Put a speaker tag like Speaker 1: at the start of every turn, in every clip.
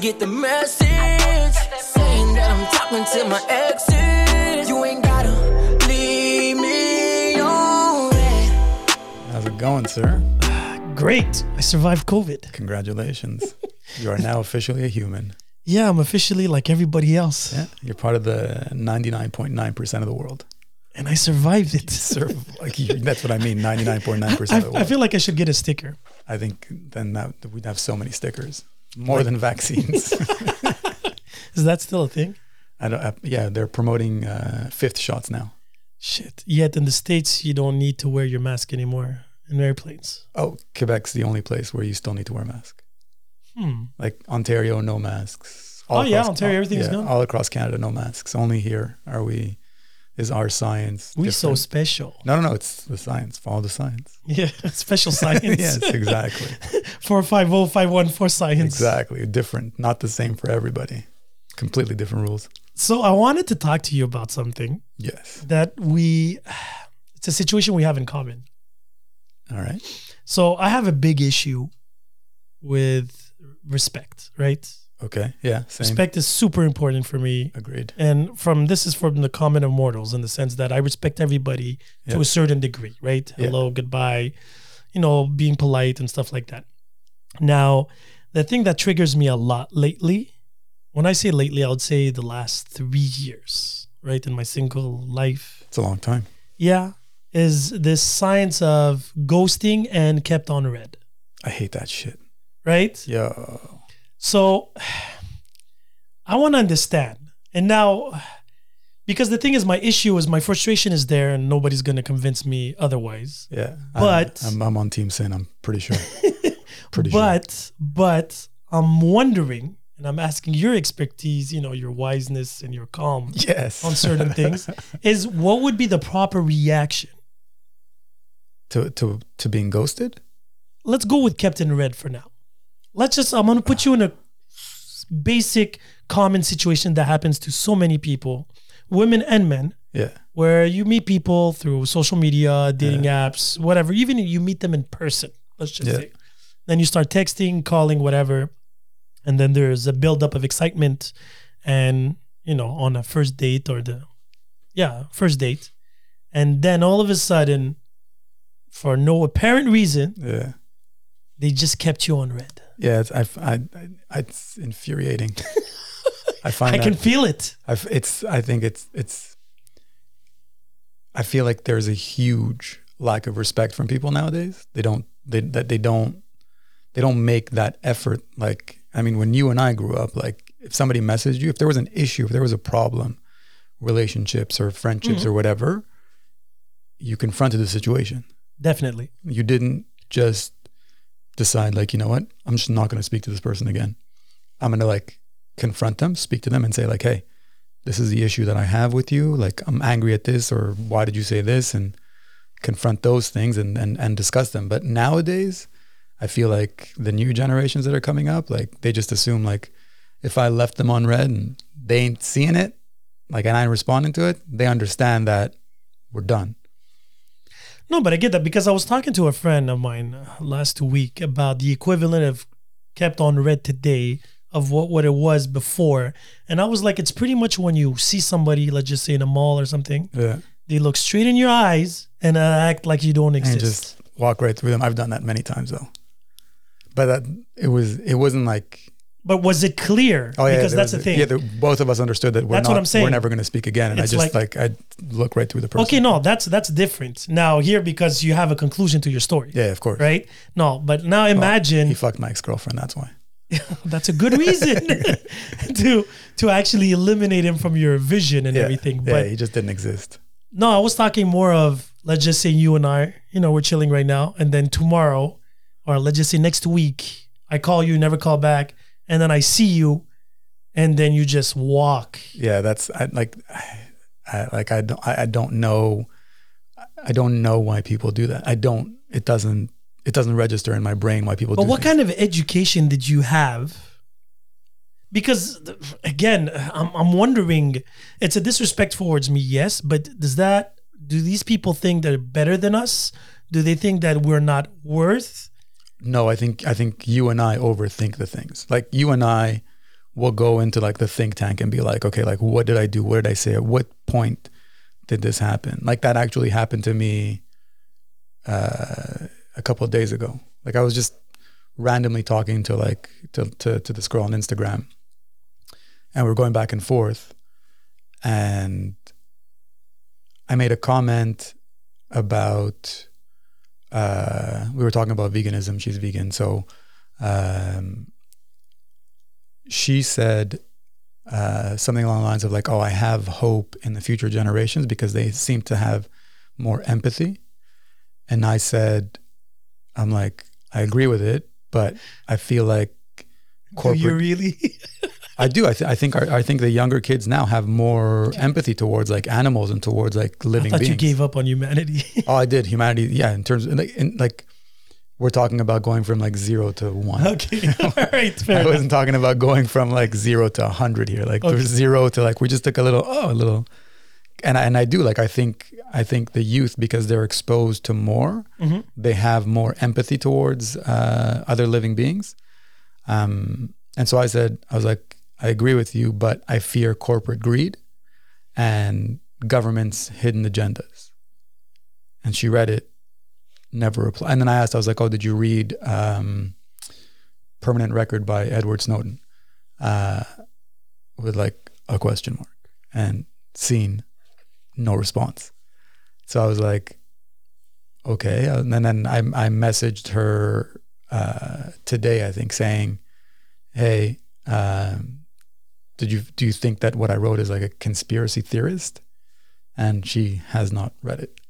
Speaker 1: get the message saying that I'm talking to my exes. You ain't gotta leave me on red.
Speaker 2: How's it going, sir?
Speaker 3: Great. I survived COVID.
Speaker 2: Congratulations. you are now officially a human.
Speaker 3: Yeah, I'm officially like everybody else.
Speaker 2: Yeah, you're part of the 99.9% of the world.
Speaker 3: And I survived it.
Speaker 2: Sir, like you, that's what I mean, 99.9%
Speaker 3: I,
Speaker 2: of the world.
Speaker 3: I feel like I should get a sticker.
Speaker 2: I think then that we'd have so many stickers, more than vaccines.
Speaker 3: Is that still a thing?
Speaker 2: I don't, uh, yeah, they're promoting uh, fifth shots now.
Speaker 3: Shit. Yet in the States, you don't need to wear your mask anymore in airplanes.
Speaker 2: Oh, Quebec's the only place where you still need to wear a mask. Like Ontario, no masks.
Speaker 3: Hmm. Oh, yeah, Ontario, everything's
Speaker 2: yeah,
Speaker 3: gone.
Speaker 2: All across Canada, no masks. Only here are we, is our science.
Speaker 3: We so
Speaker 2: different.
Speaker 3: special.
Speaker 2: No, no, no. It's the science. Follow the science.
Speaker 3: Yeah, special science.
Speaker 2: yes, exactly.
Speaker 3: 450514 science.
Speaker 2: exactly. Different. Not the same for everybody. Completely different rules.
Speaker 3: So I wanted to talk to you about something
Speaker 2: Yes.
Speaker 3: that we, it's a situation we have in common.
Speaker 2: All right.
Speaker 3: So I have a big issue with respect, right?
Speaker 2: Okay. Yeah. Same.
Speaker 3: Respect is super important for me.
Speaker 2: Agreed.
Speaker 3: And from this is from the common of mortals in the sense that I respect everybody
Speaker 2: Yeah.
Speaker 3: to a certain degree, right?
Speaker 2: Yeah.
Speaker 3: Hello, goodbye, you know, being polite and stuff like that. Now, the thing that triggers me a lot lately, when I say lately, I would say the last three years, right? In my single life.
Speaker 2: It's a long time.
Speaker 3: Yeah. Is this science of ghosting and kept on red,
Speaker 2: I hate that shit.
Speaker 3: right?
Speaker 2: Yo.
Speaker 3: So I want to understand. And now, because the thing is, my issue is my frustration is there and nobody's going to convince me otherwise.
Speaker 2: Yeah.
Speaker 3: But-
Speaker 2: I, am I'm on Team Sin. I'm pretty sure. pretty
Speaker 3: but, but I'm wondering, and I'm asking your expertise, you know, your wiseness and your calm
Speaker 2: sure. Yes.
Speaker 3: on certain things, is what would be the proper reaction?
Speaker 2: to to to being ghosted.
Speaker 3: Let's go with Captain Red for now. Let's just, I'm going to put you in a basic common situation that happens to so many people, women and men.
Speaker 2: Yeah.
Speaker 3: where you meet people through social media, dating apps, whatever. Even you meet them in person, let's just
Speaker 2: Yeah.
Speaker 3: say. Then you start texting, calling, whatever. And then there's a buildup of excitement. And, you know, on a first date or the, yeah, first date. And then all of a sudden, for no apparent reason,
Speaker 2: Yeah.
Speaker 3: they just kept you on red.
Speaker 2: Yeah. It's, I, I, I, it's infuriating. I find
Speaker 3: I
Speaker 2: that
Speaker 3: can feel it.
Speaker 2: i f- it's. I think it's. It's. I feel like there's a huge lack of respect from people nowadays. They don't. They that they don't. They don't make that effort. Like I mean, when you and I grew up, like if somebody messaged you, if there was an issue, if there was a problem, relationships or friendships or whatever, you confronted the situation.
Speaker 3: Definitely.
Speaker 2: You didn't just decide like, you know what, I'm just not going to speak to this person again. I'm going to like confront them, speak to them, and say like, hey, this is the issue that I have with you. Like, I'm angry at this, or why did you say this? And confront those things and and and discuss them. But nowadays, I feel like the new generations that are coming up, like they just assume like, if I left them on red and they ain't seeing it, like, and I ain't responding to it, they understand that we're done.
Speaker 3: No, but I get that because I was talking to a friend of mine uh, last week about the equivalent of kept on red today of what, what it was before. And I was like, it's pretty much when you see somebody, let's just say in a mall or something,
Speaker 2: Yeah.
Speaker 3: they look straight in your eyes and uh, act like you don't exist.
Speaker 2: and just walk right through them. I've done that many times though. But that it was it wasn't like
Speaker 3: but was it clear?
Speaker 2: oh yeah
Speaker 3: because
Speaker 2: there
Speaker 3: that's the
Speaker 2: was a-
Speaker 3: thing.
Speaker 2: Yeah, the, both of us understood that we're
Speaker 3: That's
Speaker 2: not
Speaker 3: what I'm saying.
Speaker 2: we're never going to speak again, and
Speaker 3: It's
Speaker 2: I just
Speaker 3: like-
Speaker 2: like, I look right through the person.
Speaker 3: okay, no, that's that's different. Now here because you have a conclusion to your story.
Speaker 2: Yeah, Oh, of course.
Speaker 3: Right? No, but now imagine
Speaker 2: He fucked my ex girlfriend. That's why.
Speaker 3: that's a good reason to to actually eliminate him from your vision and
Speaker 2: Yeah.
Speaker 3: everything.
Speaker 2: Yeah,
Speaker 3: But
Speaker 2: he just didn't exist.
Speaker 3: no, I was talking more of let's just say you and I, you know, we're chilling right now, and then tomorrow, or let's just say next week, I call you, never call back, and then I see you, and then you just walk.
Speaker 2: Yeah, that's I like, I like I don't I, I don't know, I don't know why people do that. I don't. It doesn't. It doesn't register in my brain why people.
Speaker 3: But
Speaker 2: do
Speaker 3: what
Speaker 2: things.
Speaker 3: kind of education did you have? Because th- again, I'm, I'm wondering, it's a disrespect towards me, yes, but does that, do these people think they're better than us? Do they think that we're not worth?
Speaker 2: No, I think I think you and I overthink the things. Like you and I will go into like the think tank and be like, okay, like what did I do? What did I say? At what point did this happen? Like that actually happened to me uh, a couple of days ago. Like I was just randomly talking to like to, to to this girl on Instagram, and we we're going back and forth, and I made a comment about uh, we were talking about veganism. She's vegan, so um, she said uh, something along the lines of like, "Oh, I have hope in the future generations because they seem to have more empathy." And I said, "I'm like, I agree with it, but I feel like
Speaker 3: Do you
Speaker 2: corporate.
Speaker 3: really?
Speaker 2: I do. I, th- I think our, I think the younger kids now have more empathy towards like animals and towards like
Speaker 3: I
Speaker 2: living
Speaker 3: thought
Speaker 2: beings.
Speaker 3: you gave up on humanity.
Speaker 2: Oh, I did humanity. Yeah, in terms of like, in, like we're talking about going from like zero to one.
Speaker 3: okay. All right. Fair
Speaker 2: I
Speaker 3: enough.
Speaker 2: wasn't talking about going from like zero to a hundred here. Like
Speaker 3: Okay.
Speaker 2: there's zero to like we just took a little oh a little, and I, and I do like I think I think the youth because they're exposed to more,
Speaker 3: Mhm.
Speaker 2: they have more empathy towards uh, other living beings, um, and so I said I was like I agree with you, but I fear corporate greed, and government's hidden agendas. And she read it, never replied. And then I asked I was like, oh, did you read? Um, permanent record by Edward Snowden uh, with like a question mark and seen no response. So I was like, okay. Uh, And then, then I, I messaged her uh, today, I think, saying, hey, um, did you do you think that what I wrote is like a conspiracy theorist? And she has not read it.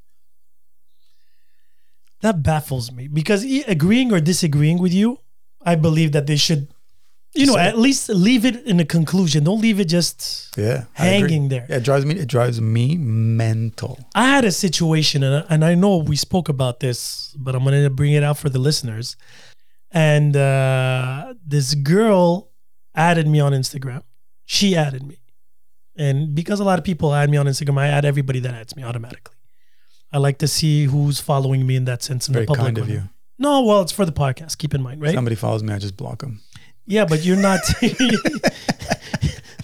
Speaker 3: That baffles me because e- agreeing or disagreeing with you, I believe that they should, you know,
Speaker 2: Say it.
Speaker 3: at least leave it in a conclusion. Don't leave it just.
Speaker 2: Yeah,
Speaker 3: Hanging there.
Speaker 2: Yeah, it drives me. It drives me mental.
Speaker 3: I had a situation, and I, and I know we spoke about this, but I'm gonna bring it out for the listeners. And uh, this girl added me on Instagram. She added me, and because a lot of people add me on Instagram, I add everybody that adds me automatically. I like to see who's following me in that sense. In
Speaker 2: Very
Speaker 3: the public
Speaker 2: kind of
Speaker 3: one.
Speaker 2: you.
Speaker 3: No, well, it's for the podcast. Keep in mind, right?
Speaker 2: Somebody follows me, I just block them.
Speaker 3: Yeah, but you're not.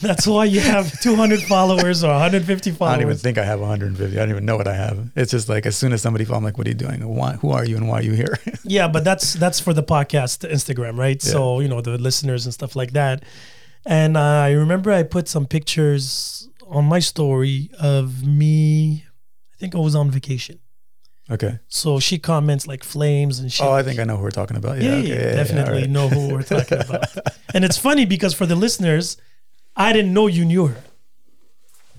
Speaker 3: That's why you have 200 followers or 150
Speaker 2: I don't even
Speaker 3: followers.
Speaker 2: think I have 150. I don't even know what I have. It's just like as soon as somebody falls, I'm like, "What are you doing? Why? Who are you? And why are you here?"
Speaker 3: Yeah, but that's that's for the podcast Instagram, right? So you know the listeners and stuff like that. And uh, I remember I put some pictures on my story of me. I think I was on vacation.
Speaker 2: okay.
Speaker 3: So she comments like flames and shit.
Speaker 2: Oh, I think I know who we're talking about.
Speaker 3: yeah,
Speaker 2: Yeah, okay,
Speaker 3: yeah,
Speaker 2: yeah, yeah,
Speaker 3: definitely
Speaker 2: all right.
Speaker 3: know who we're talking about. and it's funny because for the listeners, I didn't know you knew her.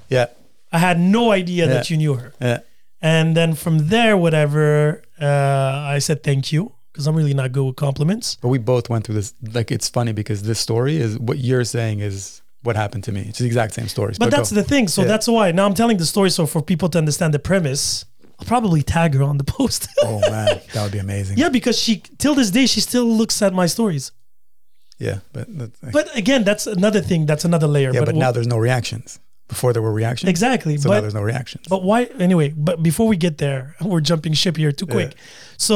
Speaker 2: Yeah,
Speaker 3: I had no idea
Speaker 2: Yeah.
Speaker 3: that you knew her.
Speaker 2: yeah.
Speaker 3: And then from there, whatever, uh, I said thank you because I'm really not good with compliments.
Speaker 2: But we both went through this. Like, it's funny because this story is what you're saying is what happened to me. It's the exact same story.
Speaker 3: But that's the thing. So
Speaker 2: Yeah.
Speaker 3: that's why now I'm telling the story. So for people to understand the premise, I'll probably tag her on the post.
Speaker 2: oh man, that would be amazing.
Speaker 3: yeah, because she, till this day, she still looks at my stories.
Speaker 2: yeah. But that's,
Speaker 3: But again, that's another thing. That's another layer.
Speaker 2: yeah, but,
Speaker 3: we'll-
Speaker 2: now there's no reactions. Before there were reactions.
Speaker 3: exactly.
Speaker 2: So now
Speaker 3: but Oh.
Speaker 2: there's no reactions.
Speaker 3: But why anyway? But before we get there, we're jumping ship here too quick. So,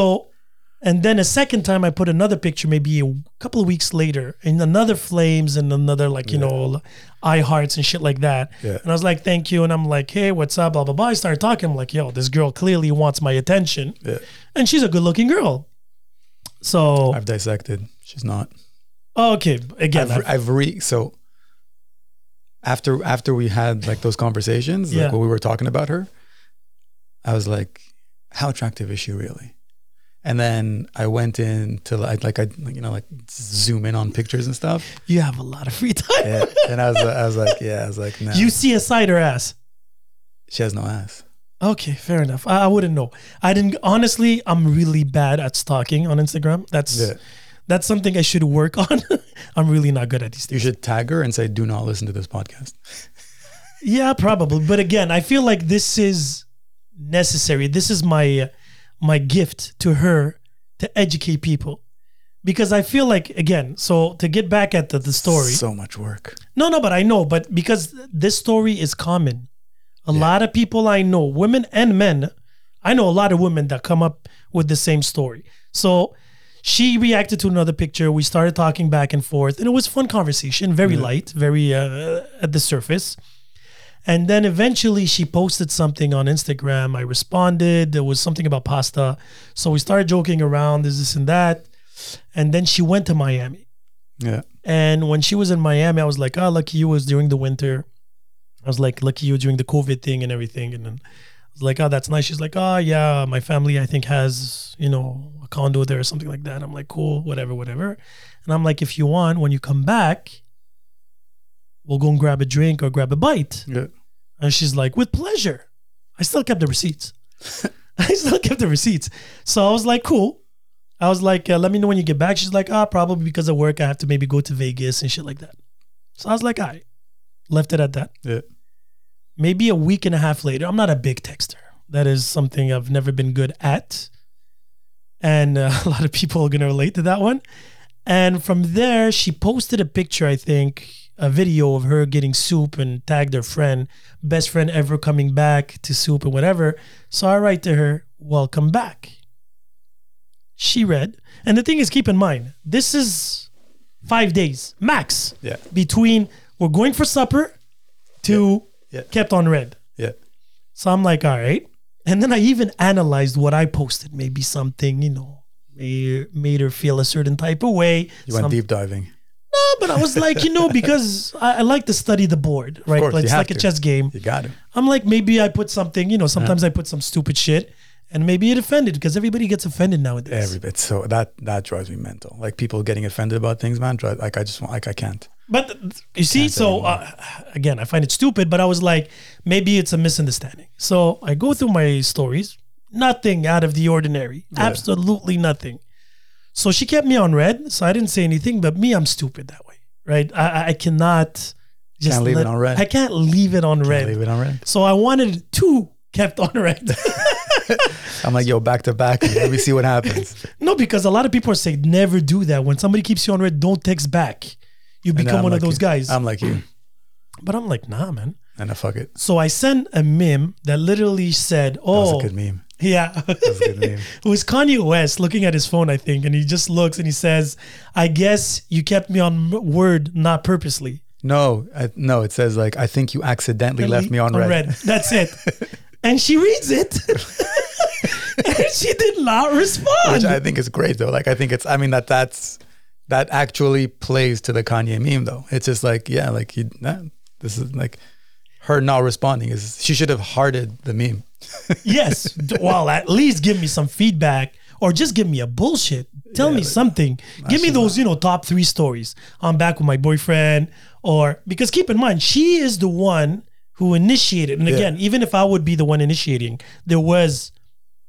Speaker 3: and then a second time, I put another picture, maybe a couple of weeks later, and another flames and another like you know, eye hearts and shit like that.
Speaker 2: Yeah.
Speaker 3: And I was like, thank you, and I'm like, hey, what's up, blah blah blah. I started talking. I'm like, yo, this girl clearly wants my attention,
Speaker 2: Yeah.
Speaker 3: and she's a good looking girl. So
Speaker 2: I've dissected. She's not.
Speaker 3: okay, again,
Speaker 2: I've,
Speaker 3: I've-
Speaker 2: I've re so after after we had like those conversations,
Speaker 3: Yeah.
Speaker 2: like when we were talking about her, I was like, how attractive is she really? And then I went into like like I you know like zoom in on pictures and stuff.
Speaker 3: you have a lot of free time.
Speaker 2: Yeah. and I was I was like yeah I was like no
Speaker 3: You see a side her ass.
Speaker 2: she has no ass.
Speaker 3: Okay, fair enough. I, I wouldn't know. I didn't honestly. I'm really bad at stalking on Instagram. That's
Speaker 2: Yeah.
Speaker 3: that's something I should work on. I'm really not good at these
Speaker 2: You
Speaker 3: things.
Speaker 2: should tag her and say do not listen to this podcast.
Speaker 3: Yeah, probably. But again, I feel like this is necessary. This is my my gift to her to educate people. Because I feel like again, so to get back at the, the story.
Speaker 2: So much work.
Speaker 3: no, no, but I know, but because this story is common. A lot of people I know, women and men, I know a lot of women that come up with the same story. So she reacted to another picture. We started talking back and forth, and it was fun conversation, very light, very uh, at the surface. And then eventually she posted something on Instagram. I responded. There was something about pasta. So we started joking around, this, this, and that. And then she went to Miami.
Speaker 2: Yeah.
Speaker 3: And when she was in Miami, I was like, oh, lucky you it was during the winter. I was like, lucky you during the COVID thing and everything. And then I was like, oh, that's nice. She's like, oh, yeah, my family, I think, has, you know, a condo there or something like that. I'm like, cool, whatever, whatever. And I'm like, if you want, when you come back, we'll go and grab a drink or grab a bite.
Speaker 2: Yeah.
Speaker 3: And she's like, with pleasure. I still kept the receipts. I still kept the receipts. So I was like, cool. I was like, uh, let me know when you get back. She's like, ah, probably because of work, I have to maybe go to Vegas and shit like that. So I was like, I left it at that.
Speaker 2: Yeah.
Speaker 3: Maybe a week and a half later, I'm not a big texter. That is something I've never been good at. And uh, a lot of people are going to relate to that one. And from there, she posted a picture, I think, a video of her getting soup and tagged her friend, best friend ever coming back to soup and whatever. So I write to her, welcome back. She read. And the thing is, keep in mind, this is five days max
Speaker 2: Yeah.
Speaker 3: between we're going for supper to
Speaker 2: Yeah. Yeah.
Speaker 3: kept on red.
Speaker 2: Yeah.
Speaker 3: So I'm like, all right. And then I even analyzed what I posted. Maybe something, you know, made, made her feel a certain type of way.
Speaker 2: You went
Speaker 3: Some-
Speaker 2: deep diving.
Speaker 3: no, but I was like, you know, because I, I like to study the board, right?
Speaker 2: course,
Speaker 3: Like,
Speaker 2: you
Speaker 3: it's
Speaker 2: have
Speaker 3: like a
Speaker 2: to.
Speaker 3: chess game.
Speaker 2: You got it.
Speaker 3: I'm like, maybe I put something, you know, sometimes I put some stupid shit and maybe it offended because everybody gets offended nowadays.
Speaker 2: Every bit. So that that drives me mental. Like people getting offended about things, man. Drive, like I just want. Like I can't.
Speaker 3: But th- you see, so uh, again, I find it stupid, but I was like, maybe it's a misunderstanding. So I go through my stories, nothing out of the ordinary, absolutely nothing. So she kept me on red, so I didn't say anything, but me, I'm stupid that way, right? I, I- I cannot just
Speaker 2: Can't leave it on red.
Speaker 3: I can't leave it on red.
Speaker 2: Leave it on red.
Speaker 3: So I wanted two kept on red.
Speaker 2: I'm like, yo, back to back. Let me see what happens.
Speaker 3: no, because a lot of people are saying never do that. When somebody keeps you on red, don't text back. You
Speaker 2: And then
Speaker 3: become
Speaker 2: I'm
Speaker 3: one of
Speaker 2: like
Speaker 3: those
Speaker 2: you.
Speaker 3: guys.
Speaker 2: I'm like you.
Speaker 3: but I'm like, nah, man.
Speaker 2: And I fuck it.
Speaker 3: So I sent a meme that literally said,
Speaker 2: That was
Speaker 3: "Oh,
Speaker 2: a good meme.
Speaker 3: yeah."
Speaker 2: That was a good meme.
Speaker 3: It was Kanye West looking at his phone, I think, and he just looks and he says, "I guess you kept me on m- word, not purposely."
Speaker 2: No, I, no. It says like I think you accidentally left me on red.
Speaker 3: That's it. and she reads it, and she did not
Speaker 2: which
Speaker 3: respond.
Speaker 2: I think is great though. Like I think it's I mean that that's that actually plays to the Kanye meme though. It's just like yeah, like he nah, this is like her not responding is she should have hearted the meme.
Speaker 3: yes. D- Well, at least give me some feedback. Or just give me a bullshit. Tell me something. Give me those, you know, top three stories. I'm back with my boyfriend. Or because keep in mind, she is the one who initiated. And again, even if I would be the one initiating, there was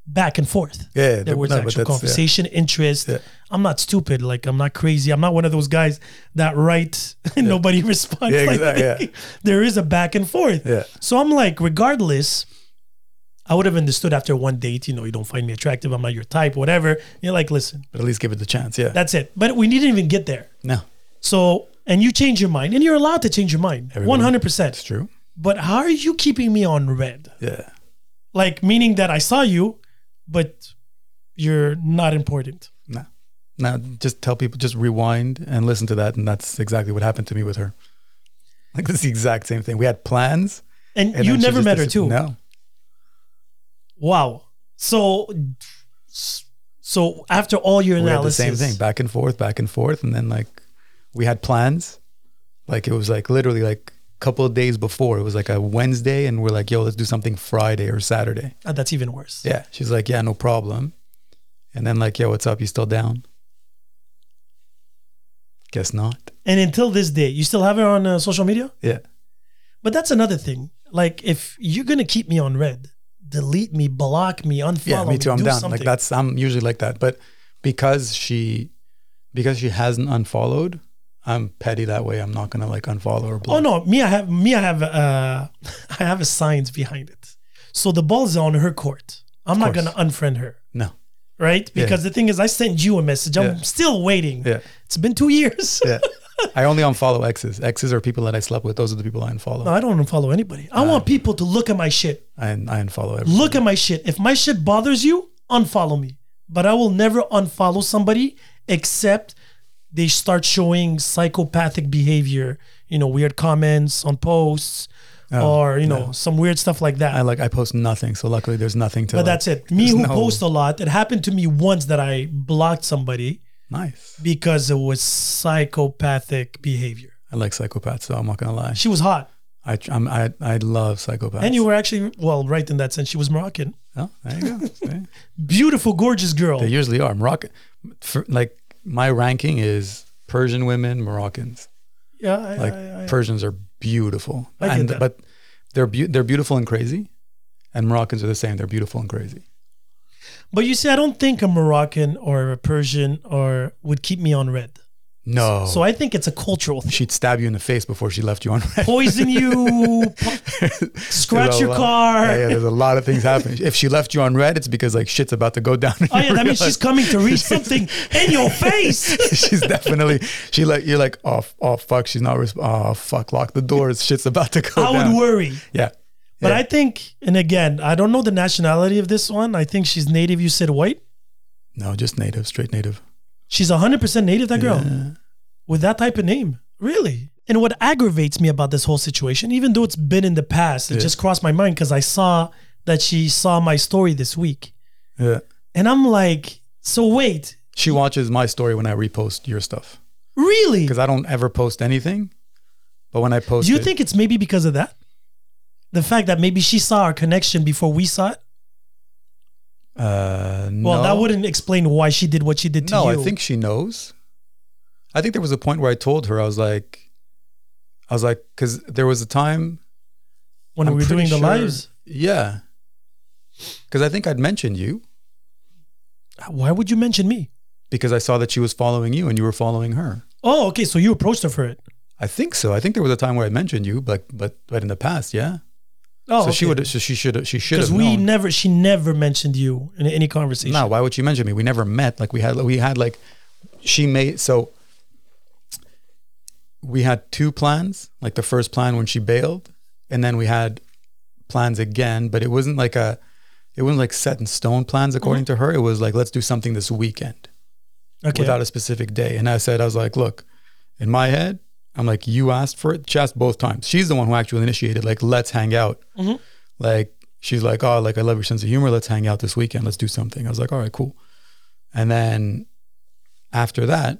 Speaker 3: back and forth.
Speaker 2: Yeah,
Speaker 3: there,
Speaker 2: there-
Speaker 3: was
Speaker 2: no, but
Speaker 3: actual
Speaker 2: that's- yeah.
Speaker 3: conversation, interest. I'm not stupid. Like I'm not crazy. I'm not one of those guys that write and nobody responds.
Speaker 2: Yeah,
Speaker 3: like
Speaker 2: exact- yeah.
Speaker 3: that. There is a back and forth.
Speaker 2: Yeah.
Speaker 3: So I'm like, regardless, I would have understood after one date, you know, you don't find me attractive, I'm not your type, whatever. You're like, listen,
Speaker 2: But at least give it the chance. Yeah.
Speaker 3: that's it. But we didn't even get there.
Speaker 2: no.
Speaker 3: So, and you change your mind, and you're allowed to change your mind,
Speaker 2: Everybody-
Speaker 3: 100%.
Speaker 2: It's true.
Speaker 3: But how are you keeping me on red?
Speaker 2: Yeah.
Speaker 3: Like, meaning that I saw you, but you're not important.
Speaker 2: No. Now just tell people just rewind and listen to that and that's exactly what happened to me with her. Like it's the exact same thing. We had plans.
Speaker 3: And,
Speaker 2: and
Speaker 3: you
Speaker 2: then she
Speaker 3: never
Speaker 2: just
Speaker 3: met her,
Speaker 2: disap-
Speaker 3: too.
Speaker 2: No.
Speaker 3: Wow. So, so after all your
Speaker 2: we had the
Speaker 3: analysis,
Speaker 2: same thing back and forth back and forth and then like we had plans like it was like literally like a couple of days before it was like a wednesday and we're like yo let's do something friday or saturday
Speaker 3: Ah, that's even worse.
Speaker 2: yeah she's like yeah no problem and then like yo what's up you still down guess not
Speaker 3: And until this day, you still have her on uh, social media?
Speaker 2: yeah
Speaker 3: But that's another thing. Like, if you're gonna keep me on red, delete me, block me, unfollow
Speaker 2: yeah me too i'm
Speaker 3: do
Speaker 2: down
Speaker 3: something.
Speaker 2: like that's i'm usually like that but because she because she hasn't unfollowed i'm petty that way i'm not gonna like unfollow or block
Speaker 3: Oh no, me I have me I have uh I have a science behind it. So the ball's on her court. I'm not
Speaker 2: course.
Speaker 3: gonna unfriend her,
Speaker 2: no
Speaker 3: right? Because the thing is, I sent you a message. I'm
Speaker 2: Yeah.
Speaker 3: still waiting.
Speaker 2: Yeah.
Speaker 3: It's been two years.
Speaker 2: Yeah. I only unfollow exes. Exes are people that I slept with. Those are the people I unfollow.
Speaker 3: No, I don't unfollow anybody. I want people to look at my shit.
Speaker 2: I, I unfollow everyone.
Speaker 3: Look at my shit. If my shit bothers you, unfollow me. but I will never unfollow somebody except they start showing psychopathic behavior, you know, weird comments on posts or, you know, some weird stuff like that.
Speaker 2: Oh, I like I post nothing, so luckily there's nothing to.
Speaker 3: but
Speaker 2: like-
Speaker 3: that's it. Me
Speaker 2: there's
Speaker 3: who
Speaker 2: no-
Speaker 3: post a lot, it happened to me once that I blocked somebody
Speaker 2: nice.
Speaker 3: because it was psychopathic behavior.
Speaker 2: I like psychopaths, so I'm not gonna lie.
Speaker 3: She was hot.
Speaker 2: I tr- I'm, I I love psychopaths.
Speaker 3: And you were actually, well, right in that sense, she was Moroccan.
Speaker 2: Oh, there you go. See?
Speaker 3: Beautiful, gorgeous girl.
Speaker 2: They usually are Moroccan. For, like my ranking is Persian women, Moroccans.
Speaker 3: yeah, I,
Speaker 2: Like
Speaker 3: I- I-
Speaker 2: Persians are beautiful,
Speaker 3: I get
Speaker 2: and
Speaker 3: that.
Speaker 2: but they're beau they're beautiful and crazy, and Moroccans are the same. They're beautiful and crazy.
Speaker 3: But you see, I don't think a Moroccan or a Persian or would keep me on red.
Speaker 2: No,
Speaker 3: So I think it's a cultural thing.
Speaker 2: she'd stab you in the face before she left you on red.
Speaker 3: Poison you, po- scratch
Speaker 2: There's a
Speaker 3: your
Speaker 2: lot-
Speaker 3: car.
Speaker 2: Yeah, yeah, there's a lot of things happening. If she left you on red, it's because like shit's about to go down. and
Speaker 3: Oh
Speaker 2: you
Speaker 3: yeah, that means
Speaker 2: realize-
Speaker 3: she's coming to read something in your face.
Speaker 2: she's definitely she like you're like oh f- oh fuck she's not resp- oh fuck lock the doors shit's about to go down.
Speaker 3: I would worry.
Speaker 2: yeah
Speaker 3: But
Speaker 2: Yeah.
Speaker 3: I think, and again, I don't know the nationality of this one. I think she's native. You said white.
Speaker 2: no just native straight native
Speaker 3: She's 100% native, that girl, with that type of name. Really? And what aggravates me about this whole situation, even though it's been in the past, it
Speaker 2: Yeah.
Speaker 3: just crossed my mind because I saw that she saw my story this week.
Speaker 2: yeah
Speaker 3: And I'm like, so wait,
Speaker 2: she watches my story when I repost your stuff
Speaker 3: really?
Speaker 2: because I don't ever post anything but when I post
Speaker 3: Do you
Speaker 2: it-
Speaker 3: think it's maybe because of that? The fact that maybe she saw our connection before we saw it?
Speaker 2: uh no
Speaker 3: Well, that wouldn't explain why she did what she did to
Speaker 2: no
Speaker 3: you.
Speaker 2: I think she knows I think there was a point where I told her I was like I was like because there was a time
Speaker 3: when
Speaker 2: I'm
Speaker 3: we were
Speaker 2: pretty
Speaker 3: doing the
Speaker 2: sure-
Speaker 3: lives.
Speaker 2: yeah because I think I'd mentioned you
Speaker 3: Why would you mention me?
Speaker 2: because I saw that she was following you and you were following her.
Speaker 3: Oh, okay. So you approached her for it.
Speaker 2: I think so. I think there was a time where I mentioned you, but but but in the past, yeah.
Speaker 3: Oh,
Speaker 2: so she
Speaker 3: okay.
Speaker 2: would, so she should, she should have
Speaker 3: because we
Speaker 2: known.
Speaker 3: never she never mentioned you in any conversation
Speaker 2: no, why would she mention me? We never met. Like we had, we had like, she made so. We had two plans. Like the first plan when she bailed, and then we had plans again. But it wasn't like a, it wasn't like set in stone plans. According to her, it was like let's do something this weekend.
Speaker 3: okay
Speaker 2: without a specific day. And I said, I was like, look, in my head, I'm like, you asked for it. She asked both times. She's the one who actually initiated, like, let's hang out. Like, she's like, oh, like, I love your sense of humor. Let's hang out this weekend. Let's do something. I was like, all right, cool. And then after that,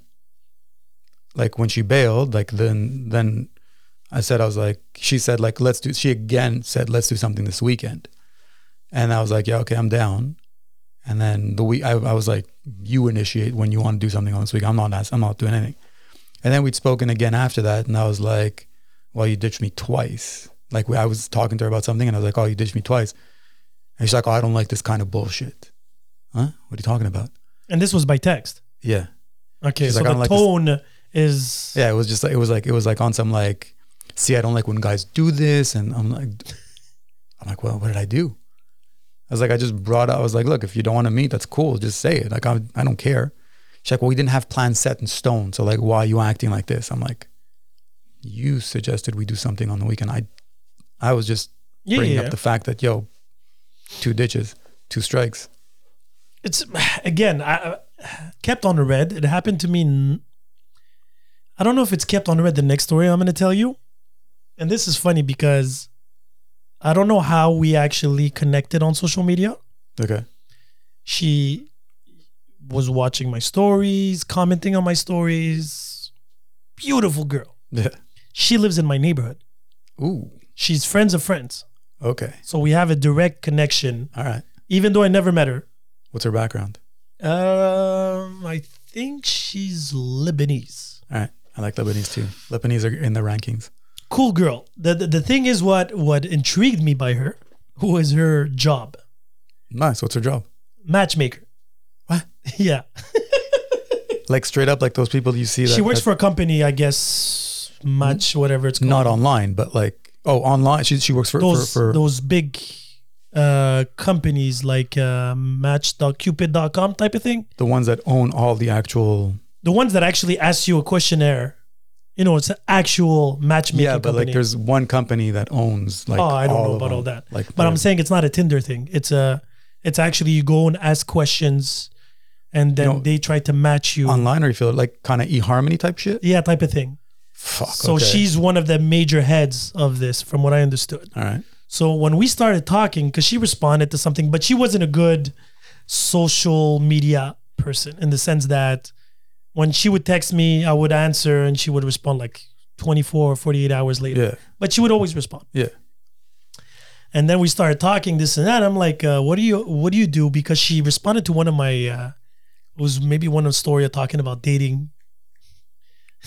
Speaker 2: like, when she bailed, like, then, then I said, I was like, she said, like, let's do, she again said, let's do something this weekend. And I was like, yeah, okay, I'm down. And then the week I, I was like, you initiate when you want to do something on this week. I'm not ask- I'm not doing anything. And then we'd spoken again after that, and I was like, well, you ditched me twice. Like I was talking to her about something, and I was like, oh, you ditched me twice. And she's like, oh, I don't like this kind of bullshit. Huh? What are you talking about?
Speaker 3: and this was by text
Speaker 2: Yeah,
Speaker 3: okay
Speaker 2: She's
Speaker 3: so
Speaker 2: like, I
Speaker 3: the
Speaker 2: don't like this-
Speaker 3: tone is
Speaker 2: yeah. It was just like it was like it was like on some like, see, I don't like when guys do this, and I'm like, I'm like, well, what did I do? I was like, I just brought up. I was like, look, if you don't want to meet, that's cool. Just say it. Like, I, I don't care. She's like, well, we didn't have plans set in stone. So, like, why are you acting like this? I'm like, you suggested we do something on the weekend. I, I was just
Speaker 3: Yeah,
Speaker 2: bringing
Speaker 3: yeah, yeah.
Speaker 2: up the fact that yo, two ditches, two strikes.
Speaker 3: it's again I, I kept on red it happened to me n- i don't know if it's kept on red the next story i'm going to tell you and this is funny because i don't know how we actually connected on social media
Speaker 2: Okay.
Speaker 3: she was watching my stories commenting on my stories beautiful girl
Speaker 2: Yeah.
Speaker 3: she lives in my neighborhood
Speaker 2: Ooh.
Speaker 3: she's friends of friends
Speaker 2: Okay.
Speaker 3: So we have a direct connection,
Speaker 2: All right.
Speaker 3: even though I never met her.
Speaker 2: What's her background?
Speaker 3: Um, I think she's Lebanese.
Speaker 2: All right. I like Lebanese too. Lebanese are in the rankings.
Speaker 3: Cool girl. The, the the thing is, what what intrigued me by her was her job,
Speaker 2: Nice. What's her job?
Speaker 3: matchmaker.
Speaker 2: What?
Speaker 3: Yeah,
Speaker 2: Like straight up, like those people you see. That,
Speaker 3: she works
Speaker 2: that-
Speaker 3: for a company, I guess. Match whatever it's called.
Speaker 2: not online, but like oh, online. She she works for
Speaker 3: those
Speaker 2: for, for
Speaker 3: those big uh companies like uh, Match.Cupid.com type of thing.
Speaker 2: the ones that own all the actual.
Speaker 3: The ones that actually ask you a questionnaire. You know, it's an actual matchmaking.
Speaker 2: yeah, but
Speaker 3: company.
Speaker 2: like there's one company that owns like.
Speaker 3: oh, I don't
Speaker 2: all
Speaker 3: know
Speaker 2: of
Speaker 3: about all
Speaker 2: them.
Speaker 3: that.
Speaker 2: Like,
Speaker 3: but I'm
Speaker 2: they're-
Speaker 3: saying it's not a Tinder thing. It's a, it's actually you go and ask questions and then
Speaker 2: You know-
Speaker 3: they try to match you.
Speaker 2: online or you feel like kind of eHarmony type shit?
Speaker 3: yeah, type of thing.
Speaker 2: Fuck.
Speaker 3: So
Speaker 2: okay.
Speaker 3: she's one of the major heads of this, from what I understood.
Speaker 2: all right.
Speaker 3: So when we started talking, because she responded to something, but she wasn't a good social media person in the sense that when she would text me, I would answer and she would respond like 24 or 48 hours later.
Speaker 2: Yeah.
Speaker 3: But she would always respond.
Speaker 2: Yeah.
Speaker 3: And then we started talking this and that. I'm like, uh, what do you what do you do? Because she responded to one of my uh, it was maybe one of the story talking about dating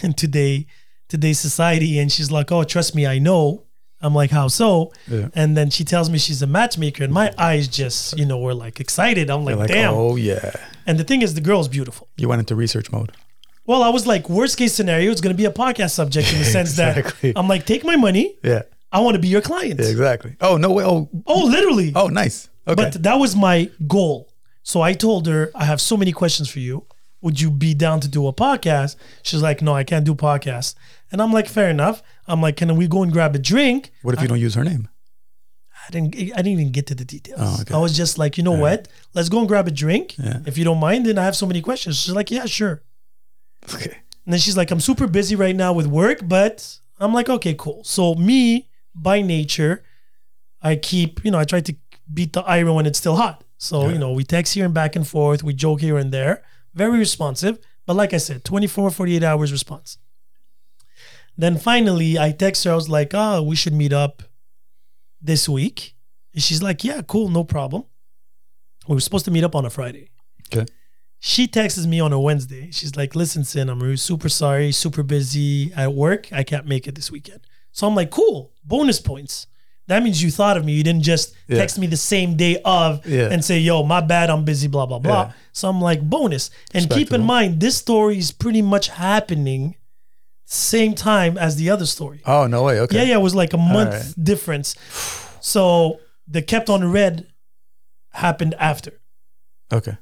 Speaker 3: in today today's society, and she's like, oh, trust me, I know. I'm like, how so?
Speaker 2: Yeah.
Speaker 3: And then she tells me she's a matchmaker, and my eyes just, you know, were like excited. I'm like,
Speaker 2: You're like,
Speaker 3: damn.
Speaker 2: oh yeah.
Speaker 3: And the thing is, the girl's beautiful.
Speaker 2: You went into research mode.
Speaker 3: Well, I was like, worst case scenario, it's going to be a podcast subject in the sense
Speaker 2: Exactly.
Speaker 3: that I'm like, take my money.
Speaker 2: Yeah.
Speaker 3: I want to be your client.
Speaker 2: Yeah, exactly. Oh no way. Oh
Speaker 3: Oh, literally.
Speaker 2: oh nice. Okay.
Speaker 3: But that was my goal. So I told her, I have so many questions for you. Would you be down to do a podcast? She's like, no, I can't do podcasts. And I'm like, fair enough. I'm like, can we go and grab a drink?
Speaker 2: what if you don't use her name?
Speaker 3: I didn't. I didn't even get to the details.
Speaker 2: Oh, okay.
Speaker 3: I was just like, you know what? Let's go and grab a drink.
Speaker 2: Yeah.
Speaker 3: If you don't mind, then I have so many questions. She's like, yeah, sure.
Speaker 2: Okay.
Speaker 3: And then she's like, I'm super busy right now with work, but I'm like, okay, cool. So me, by nature, I keep, you know, I try to beat the iron when it's still hot. So
Speaker 2: Yeah.
Speaker 3: you know, we text here and back and forth. We joke here and there. Very responsive, but like I said, 24, 48 hours response. Then finally, I text her. I was like, oh, we should meet up this week. And she's like, yeah, cool, no problem. We were supposed to meet up on a Friday.
Speaker 2: Okay.
Speaker 3: She texts me on a Wednesday. She's like, listen, Sin, I'm really super sorry, super busy at work. I can't make it this weekend. So I'm like, cool, bonus points. That means you thought of me. You didn't just
Speaker 2: Yeah.
Speaker 3: text me the same day of
Speaker 2: Yeah.
Speaker 3: and say, yo, my bad, I'm busy, blah, blah, blah.
Speaker 2: Yeah.
Speaker 3: So I'm like, bonus. And keep in
Speaker 2: Respectable.
Speaker 3: mind, this story is pretty much happening same time as the other story.
Speaker 2: Oh no way. Okay.
Speaker 3: Yeah, yeah, it was like a month
Speaker 2: right.
Speaker 3: difference. So the kept on red happened after.
Speaker 2: Okay.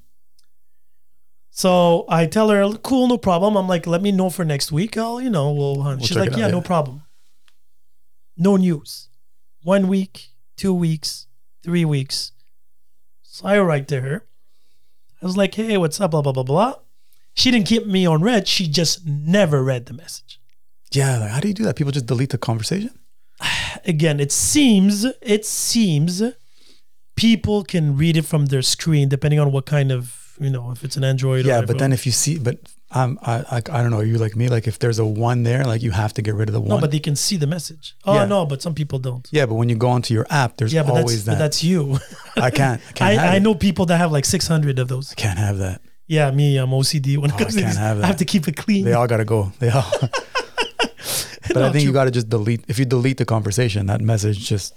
Speaker 3: So I tell her, cool, no problem. I'm like, let me know for next week. I'll, you know, we'll. hunt." She's
Speaker 2: check
Speaker 3: like,
Speaker 2: it out,
Speaker 3: yeah, no
Speaker 2: yeah.
Speaker 3: problem. No news. One week, two weeks, three weeks. So I write to her. I was like, hey, what's up? Blah, blah, blah, blah. She didn't keep me on red. She just never read the message.
Speaker 2: Yeah. Like, how do you do that? People just delete the conversation.
Speaker 3: again, it seems it seems people can read it from their screen depending on what kind of you know if it's an Android.
Speaker 2: Yeah,
Speaker 3: or
Speaker 2: but
Speaker 3: iPhone.
Speaker 2: then if you see, but um, I, I, I don't know. Are you like me? Like if there's a one there, like you have to get rid of the
Speaker 3: no,
Speaker 2: one.
Speaker 3: but they can see the message. Oh
Speaker 2: Yeah.
Speaker 3: no, but some people don't.
Speaker 2: yeah, but when you go onto your app, there's
Speaker 3: Yeah, but that's
Speaker 2: always
Speaker 3: but
Speaker 2: that.
Speaker 3: that's you.
Speaker 2: I can't. I can't. have
Speaker 3: I, I
Speaker 2: it.
Speaker 3: know people that have like six hundred of those.
Speaker 2: I can't have that.
Speaker 3: Yeah, me, I'm OCD when it
Speaker 2: Oh, I
Speaker 3: comes to
Speaker 2: can't
Speaker 3: these.
Speaker 2: have
Speaker 3: I have
Speaker 2: that.
Speaker 3: to keep it clean.
Speaker 2: They all gotta go. They all. but I
Speaker 3: No,
Speaker 2: think
Speaker 3: true.
Speaker 2: you gotta just delete. If you delete the conversation, that message just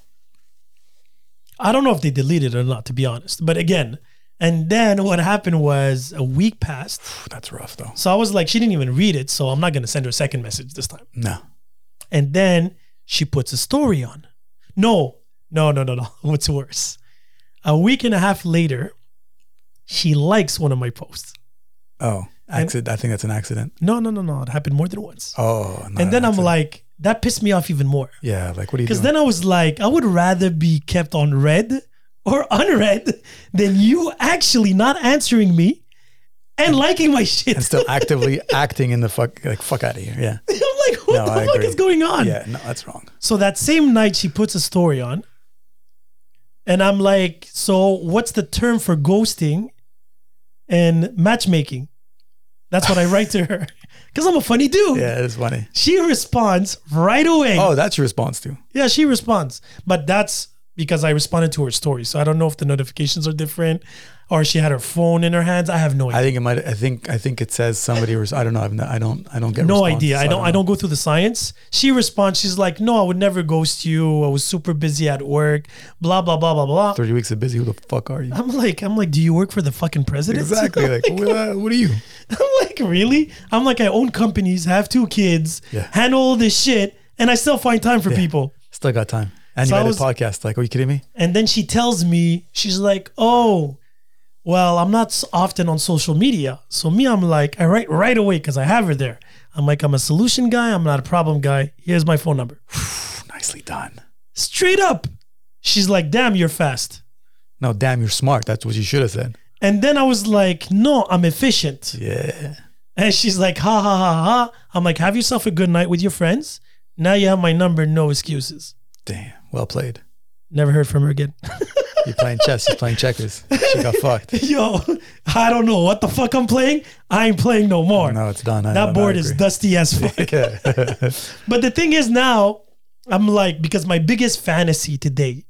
Speaker 3: I don't know if they deleted it or not, to be honest. But again, and then what happened was a week passed.
Speaker 2: phew, that's rough though.
Speaker 3: So I was like, she didn't even read it, so I'm not gonna send her a second message this time.
Speaker 2: No.
Speaker 3: and then she puts a story on. No, no, no, no, no. What's worse? A week and a half later, she likes one of my posts.
Speaker 2: Oh, accident. I think that's an accident.
Speaker 3: No, no, no, no. It happened more than once.
Speaker 2: Oh. not
Speaker 3: and
Speaker 2: an
Speaker 3: then I'm
Speaker 2: accident.
Speaker 3: like, that pissed me off even more.
Speaker 2: yeah. Like what are you
Speaker 3: Because
Speaker 2: doing?
Speaker 3: then I was like, I would rather be kept on red or unread than you actually not answering me and liking my shit.
Speaker 2: and still actively acting in the fuck like fuck out of here. Yeah.
Speaker 3: I'm like, what
Speaker 2: No,
Speaker 3: the
Speaker 2: I
Speaker 3: fuck
Speaker 2: agree.
Speaker 3: is going on?
Speaker 2: Yeah. No, that's wrong.
Speaker 3: So that same night, she puts a story on. And I'm like, so what's the term for ghosting and matchmaking? That's what I write to her. Because I'm a funny dude.
Speaker 2: Yeah, it's funny.
Speaker 3: She responds right away.
Speaker 2: Oh, that's your response to.
Speaker 3: Yeah, she responds. But that's because I responded to her story. So I don't know if the notifications are different or she had her phone in her hands. I have no
Speaker 2: I
Speaker 3: idea.
Speaker 2: think it might. I think. I think it says somebody. Was, I don't know. I've n- I don't. I don't get.
Speaker 3: no
Speaker 2: responses,
Speaker 3: idea.
Speaker 2: so
Speaker 3: I don't I
Speaker 2: know.
Speaker 3: don't go through the science. She responds, she's like, No, I would never ghost you. I was super busy at work, blah, blah, blah, blah, blah.
Speaker 2: Thirty weeks of busy. Who the fuck are you?
Speaker 3: I'm like, I'm like, do you work for the fucking president?
Speaker 2: Exactly. Like, what, uh, what are you?
Speaker 3: I'm like, really? I'm like, I own companies, have two kids,
Speaker 2: Yeah.
Speaker 3: handle all this shit, and I still find time for people.
Speaker 2: Still got time. And
Speaker 3: So
Speaker 2: you
Speaker 3: I
Speaker 2: had a
Speaker 3: was-
Speaker 2: podcast. Like, are you kidding me?
Speaker 3: And then she tells me, she's like, oh, well, I'm not s- often on social media. So me, I'm like, I write right away because I have her there. I'm like, I'm a solution guy. I'm not a problem guy. Here's my phone number.
Speaker 2: Nicely done.
Speaker 3: Straight up. She's like, damn, you're fast.
Speaker 2: No, damn, you're smart. That's what you should have said.
Speaker 3: And then I was like, no, I'm efficient.
Speaker 2: Yeah.
Speaker 3: And she's like, ha ha ha ha. I'm like, have yourself a good night with your friends. Now you have my number, no excuses.
Speaker 2: Damn. Well played.
Speaker 3: Never heard from her again.
Speaker 2: You're playing chess. You're playing checkers. She got fucked.
Speaker 3: Yo, I don't know what the fuck I'm playing. I ain't playing no more.
Speaker 2: No, it's done. I- I- I
Speaker 3: that board is
Speaker 2: agree.
Speaker 3: dusty as fuck.
Speaker 2: Yeah.
Speaker 3: but the thing is now, I'm like, because my biggest fantasy today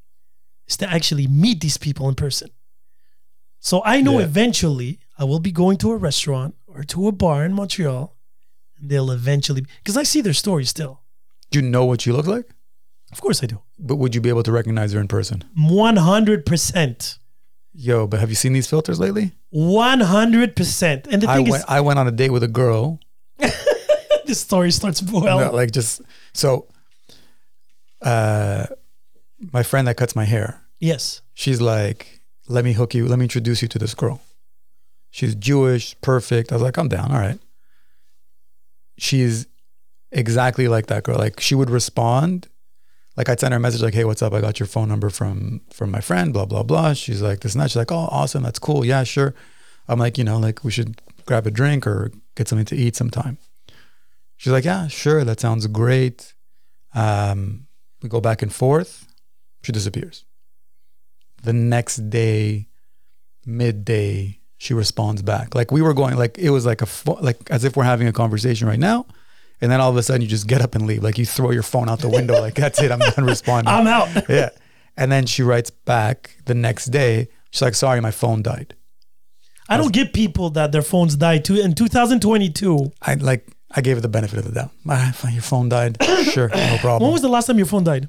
Speaker 3: is to actually meet these people in person. So I know
Speaker 2: Yeah.
Speaker 3: eventually I will be going to a restaurant or to a bar in Montreal, and they'll eventually because I see their stories still.
Speaker 2: Do you know what you look like?
Speaker 3: Of course I do.
Speaker 2: But would you be able to recognize her in person?
Speaker 3: One hundred percent.
Speaker 2: Yo, but have you seen these filters lately?
Speaker 3: One hundred percent. And the
Speaker 2: I
Speaker 3: thing
Speaker 2: went. I went on a date with a girl.
Speaker 3: is this story starts well.
Speaker 2: No, like just so. Uh, my friend that cuts my hair,
Speaker 3: yes.
Speaker 2: she's like, "Let me hook you. Let me introduce you to this girl. She's Jewish, perfect." I was like, "I'm down. All right." She's exactly like that girl. Like she would respond. Like I'd send her a message like, "Hey, what's up? I got your phone number from from my friend. Blah blah blah." She's like, "This and that." She's like, "Oh, awesome. That's cool. Yeah, sure." I'm like, you know, like we should grab a drink or get something to eat sometime. She's like, yeah, sure, that sounds great. Um, we go back and forth. She disappears. The next day, midday, she responds back. Like we were going, like it was like a fo- like as if we're having a conversation right now, and then all of a sudden you just get up and leave. Like you throw your phone out the window. like that's it. I'm done responding
Speaker 3: I'm out.
Speaker 2: yeah. And then she writes back the next day. She's like, sorry, my phone died.
Speaker 3: I don't get people that their phones die too. In 2022,
Speaker 2: I like I gave her the benefit of the doubt. My your phone died. Sure, no problem.
Speaker 3: when was the last time your phone died?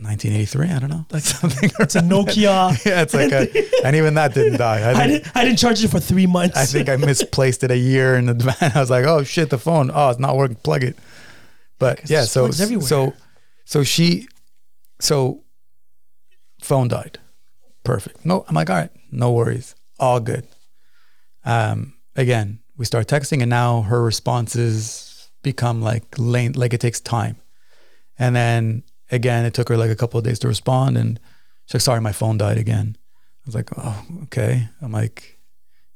Speaker 2: 1983? I don't know. That's something.
Speaker 3: It's a Nokia.
Speaker 2: yeah, it's like a, and even that didn't die. I
Speaker 3: I
Speaker 2: think
Speaker 3: didn't, I didn't charge it for three months.
Speaker 2: I think I misplaced it a year in advance. I was like, oh shit, the phone. Oh, it's not working. Plug it. But yeah,
Speaker 3: there's
Speaker 2: so
Speaker 3: plugs everywhere.
Speaker 2: so so she so phone died. Perfect. No, I'm like, all right, no worries. All good. Um, again, we start texting and now her responses become like lane like it takes time. And then again, it took her like a couple of days to respond and she's like, sorry, my phone died again. I was like, oh, okay. I'm like,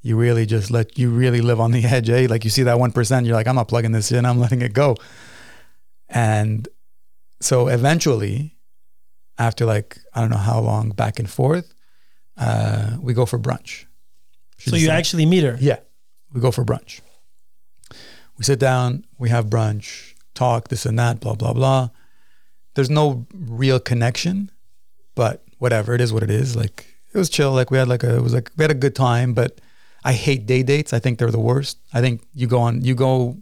Speaker 2: you really just let you really live on the edge, eh? Like you see that one percent, you're like, I'm not plugging this in, I'm letting it go. And so eventually, after like I don't know how long back and forth, uh, we go for brunch. She
Speaker 3: so you
Speaker 2: decides-
Speaker 3: actually meet her.
Speaker 2: yeah. We go for brunch. We sit down, we have brunch, talk, this and that, blah, blah, blah. There's no real connection, but whatever. It is what it is. Like it was chill. Like we had like a it was like we had a good time, but I hate day dates. I think they're the worst. I think you go on you go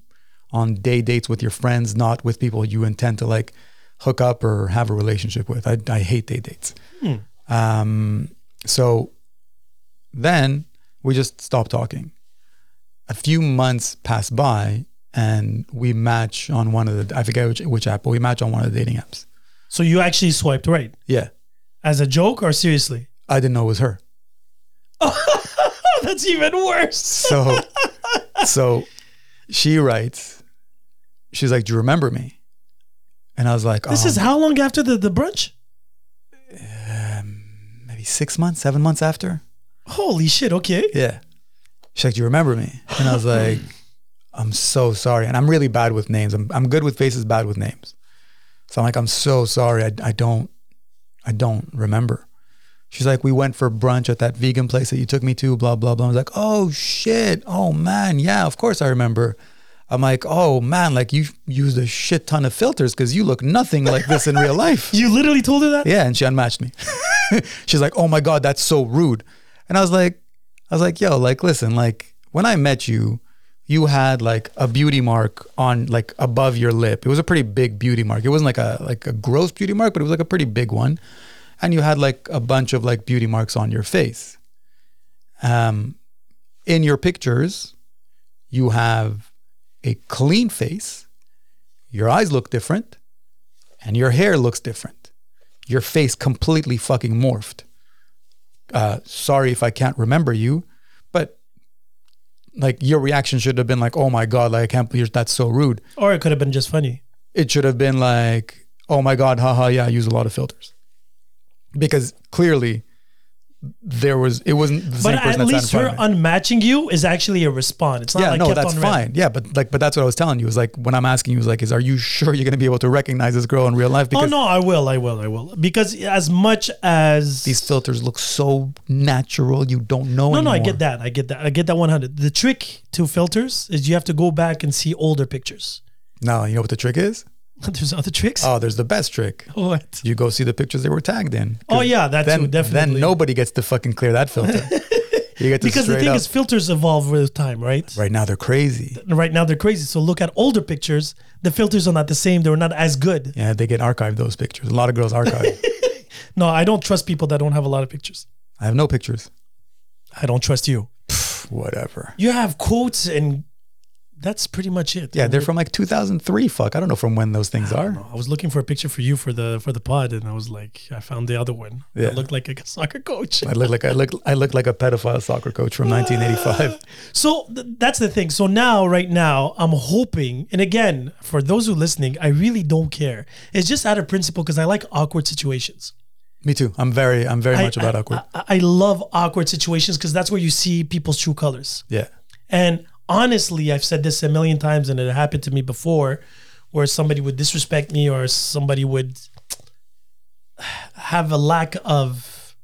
Speaker 2: on day dates with your friends, not with people you intend to like hook up or have a relationship with. I, I hate day dates. Um so then we just stopped talking. A few months pass by and we match on one of the, I forget which, which app, but we match on one of the dating apps.
Speaker 3: So you actually swiped right
Speaker 2: Yeah.
Speaker 3: as a joke or seriously?
Speaker 2: I didn't know it was her.
Speaker 3: Oh, that's even worse.
Speaker 2: So, so she writes, she's like, do you remember me? And I was like,
Speaker 3: This
Speaker 2: um,
Speaker 3: is how long after the, the brunch?
Speaker 2: maybe six months, seven months after.
Speaker 3: Holy shit, okay.
Speaker 2: Yeah. She's like, Do you remember me? And I was like, I'm so sorry. And I'm really bad with names. I'm, I'm good with faces, bad with names. So I'm like, I'm so sorry. I, I don't, I don't remember. She's like, we went for brunch at that vegan place that you took me to, blah, blah, blah. I was like, oh shit. Oh man. Yeah, of course I remember. I'm like, oh man, like you used a shit ton of filters because you look nothing like this in real life.
Speaker 3: You literally told her that?
Speaker 2: Yeah, and she unmatched me. She's like, "Oh my god, that's so rude." And I was like, I was like, "Yo, like listen, like when I met you, you had like a beauty mark on like above your lip. It was a pretty big beauty mark. It wasn't like a like a gross beauty mark, but it was like a pretty big one. And you had like a bunch of like beauty marks on your face. Um in your pictures, you have a clean face. Your eyes look different and your hair looks different your face completely fucking morphed. Uh, sorry if I can't remember you, but like your reaction should have been like, oh my God, like I can't believe that's so rude.
Speaker 3: Or it could have been just funny.
Speaker 2: It should have been like, oh my God, haha, yeah, I use a lot of filters. Because clearly there was it wasn't the
Speaker 3: But
Speaker 2: same
Speaker 3: at
Speaker 2: person that
Speaker 3: least
Speaker 2: sat in
Speaker 3: her
Speaker 2: front of me.
Speaker 3: unmatching you is actually a response. It's not
Speaker 2: yeah,
Speaker 3: like
Speaker 2: no,
Speaker 3: kept
Speaker 2: that's
Speaker 3: on
Speaker 2: fine.
Speaker 3: random.
Speaker 2: Yeah, but like, but that's what I was telling you. Is like when I'm asking you, is like, is are you sure you're gonna be able to recognize this girl in real life?
Speaker 3: Oh no, I will, I will, I will. Because as much as
Speaker 2: these filters look so natural, you don't know.
Speaker 3: no, no,
Speaker 2: anymore.
Speaker 3: I get that, I get that, I get that. One hundred. The trick to filters is you have to go back and see older pictures.
Speaker 2: No, you know what the trick is?
Speaker 3: There's other tricks.
Speaker 2: Oh, there's the best trick.
Speaker 3: what?
Speaker 2: You go see the pictures they were tagged in. 'Cause
Speaker 3: Oh yeah, that
Speaker 2: then
Speaker 3: too,
Speaker 2: then
Speaker 3: definitely.
Speaker 2: nobody gets to fucking clear that filter. you get to
Speaker 3: because the
Speaker 2: straight
Speaker 3: thing
Speaker 2: up.
Speaker 3: is, filters evolve with time, right?
Speaker 2: right now they're crazy.
Speaker 3: Right now they're crazy. So look at older pictures. The filters are not the same. They're not as good.
Speaker 2: Yeah, they get archived those pictures. A lot of girls archive.
Speaker 3: No, I don't trust people that don't have a lot of pictures.
Speaker 2: I have no pictures.
Speaker 3: I don't trust you.
Speaker 2: Whatever.
Speaker 3: You have quotes and that's pretty much it.
Speaker 2: Yeah, they're from like 2003. Fuck, I don't know from when those things are.
Speaker 3: I was looking for a picture for you for the for the pod, and I was like, I found the other one.
Speaker 2: Yeah.
Speaker 3: It looked like a soccer coach.
Speaker 2: I look like I look I look like a pedophile soccer coach from 1985.
Speaker 3: So th- that's the thing. So now, right now, I'm hoping, and again, for those who listening, I really don't care. It's just out of principle because I like awkward situations.
Speaker 2: Me too. I'm very I'm very
Speaker 3: I-
Speaker 2: much about
Speaker 3: I,
Speaker 2: awkward.
Speaker 3: I, I love awkward situations because that's where you see people's true colors.
Speaker 2: yeah.
Speaker 3: And honestly, I've said this a million times, and it happened to me before, where somebody would disrespect me or somebody would have a lack of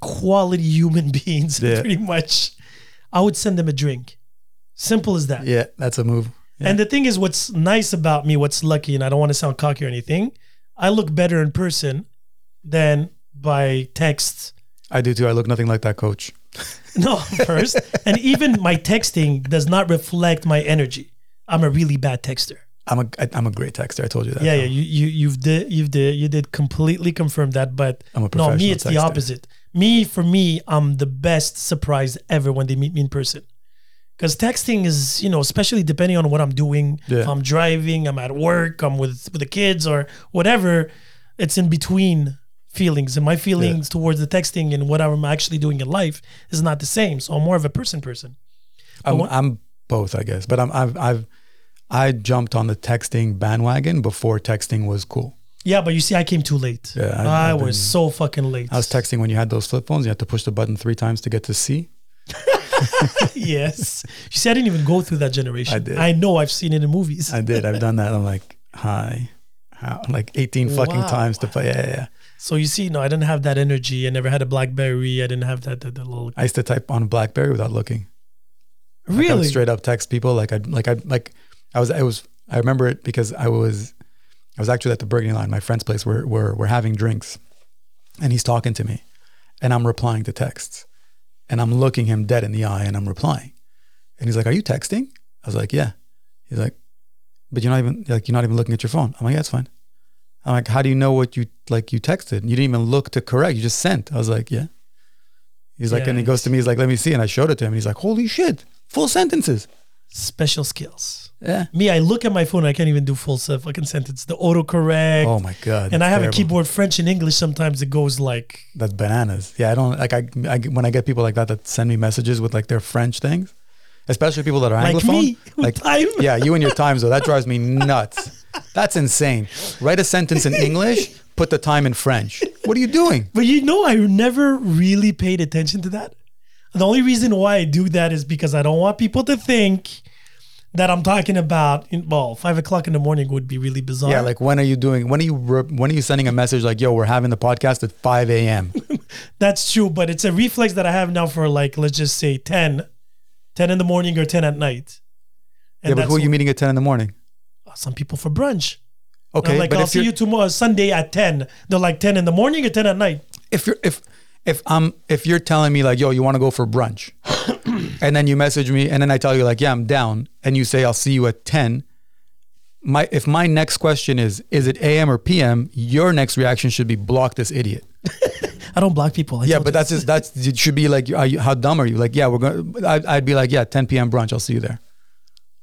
Speaker 3: quality human beings.
Speaker 2: Yeah.
Speaker 3: Pretty much, I would send them a drink. Simple as that.
Speaker 2: Yeah, that's a move. Yeah.
Speaker 3: And the thing is, what's nice about me, what's lucky, and I don't want to sound cocky or anything, I look better in person than by text.
Speaker 2: I do too. I look nothing like that coach.
Speaker 3: No, first. and even my texting does not reflect my energy. I'm a really bad texter.
Speaker 2: I'm a I, I'm a great texter. I told you that.
Speaker 3: Yeah, yeah. You you you've did you've did you did completely confirm that, but
Speaker 2: I'm a
Speaker 3: no, me
Speaker 2: professional
Speaker 3: it's the
Speaker 2: texter.
Speaker 3: opposite. Me for me, I'm the best surprise ever when they meet me in person. Because texting is, you know, especially depending on what I'm doing.
Speaker 2: Yeah.
Speaker 3: If I'm driving, I'm at work, I'm with with the kids or whatever, it's in between feelings. And my feelings towards the texting and what I'm actually doing in life is not the same. So I'm more of a person person.
Speaker 2: I'm,
Speaker 3: what-
Speaker 2: I'm both, I guess. But I'm I've I've I jumped on the texting bandwagon before texting was cool.
Speaker 3: Yeah, but you see, I came too late.
Speaker 2: Yeah, I-
Speaker 3: I,
Speaker 2: I've
Speaker 3: was
Speaker 2: been-
Speaker 3: so fucking late.
Speaker 2: I was texting when you had those flip phones. You had to push the button three times to get to C.
Speaker 3: yes. You see, I didn't even go through that generation.
Speaker 2: I did.
Speaker 3: I know I've seen it in movies.
Speaker 2: I did. I've done that. I'm like, hi, how? Like 18 fucking
Speaker 3: Wow.
Speaker 2: times to play. Yeah, yeah, yeah.
Speaker 3: so you see, no, I didn't have that energy. I never had a BlackBerry. I didn't have that, that, that little.
Speaker 2: I used to type on BlackBerry without looking. Like, I would
Speaker 3: really?
Speaker 2: straight up text people. Like I like I like I was I was I remember it because I was I was actually at the Burgundy Line, my friend's place. We're we're we're having drinks, and he's talking to me, and I'm replying to texts, and I'm looking him dead in the eye, and I'm replying, and he's like, "Are you texting?" I was like, "Yeah." He's like, "But you're not even like you're not even looking at your phone." I'm like, "Yeah, it's fine." I'm like, "How do you know what you like you texted? You didn't even look to correct. You just sent." I was like, "Yeah." He's like,
Speaker 3: Yeah.
Speaker 2: and he goes to me. He's like, "Let me see," and I showed it to him. And he's like, "Holy shit!" Full sentences.
Speaker 3: Special skills.
Speaker 2: Yeah.
Speaker 3: Me, I look at my phone. I can't even do full se- fucking sentence. The autocorrect.
Speaker 2: Oh my god.
Speaker 3: and
Speaker 2: that's
Speaker 3: I have
Speaker 2: terrible.
Speaker 3: a keyboard French and English. Sometimes it goes like,
Speaker 2: That's bananas. Yeah, I don't like. I, I when I get people like that that send me messages with like their French things, especially people that are
Speaker 3: Like
Speaker 2: anglophone.
Speaker 3: me, with time.
Speaker 2: yeah, you and your time zone. That drives me nuts. That's insane. Write a sentence in English, put the time in French. What are you doing?
Speaker 3: but you know, I never really paid attention to that. The only reason why I do that is because I don't want people to think that I'm talking about. Well, five o'clock in the morning would be really bizarre.
Speaker 2: Yeah, like when are you doing? When are you re- when are you sending a message like, "Yo, we're having the podcast at 5 a.m."
Speaker 3: That's true, but it's a reflex that I have now for like let's just say 10, 10 in the morning or 10 at night. And
Speaker 2: Yeah, but who are
Speaker 3: that's- uh,
Speaker 2: you meeting at 10 in the morning?
Speaker 3: Some people for brunch.
Speaker 2: Okay,
Speaker 3: I'm like,
Speaker 2: but
Speaker 3: I'll
Speaker 2: if
Speaker 3: see
Speaker 2: you're,
Speaker 3: you tomorrow Sunday at 10. They're like 10 in the morning or 10 at night.
Speaker 2: if you're if if I'm if you're telling me like, yo, you want to go for brunch, and then you message me, and then I tell you like, yeah, I'm down, and you say I'll see you at ten. My if my next question is is it a.m. or p.m. Your next reaction should be block this idiot.
Speaker 3: I don't block people. I
Speaker 2: Yeah,
Speaker 3: told
Speaker 2: but
Speaker 3: you.
Speaker 2: that's just that's it should be like, are you how dumb are you? Like, yeah, we're going. I'd, I'd be like, yeah, ten p.m. brunch. I'll see you there.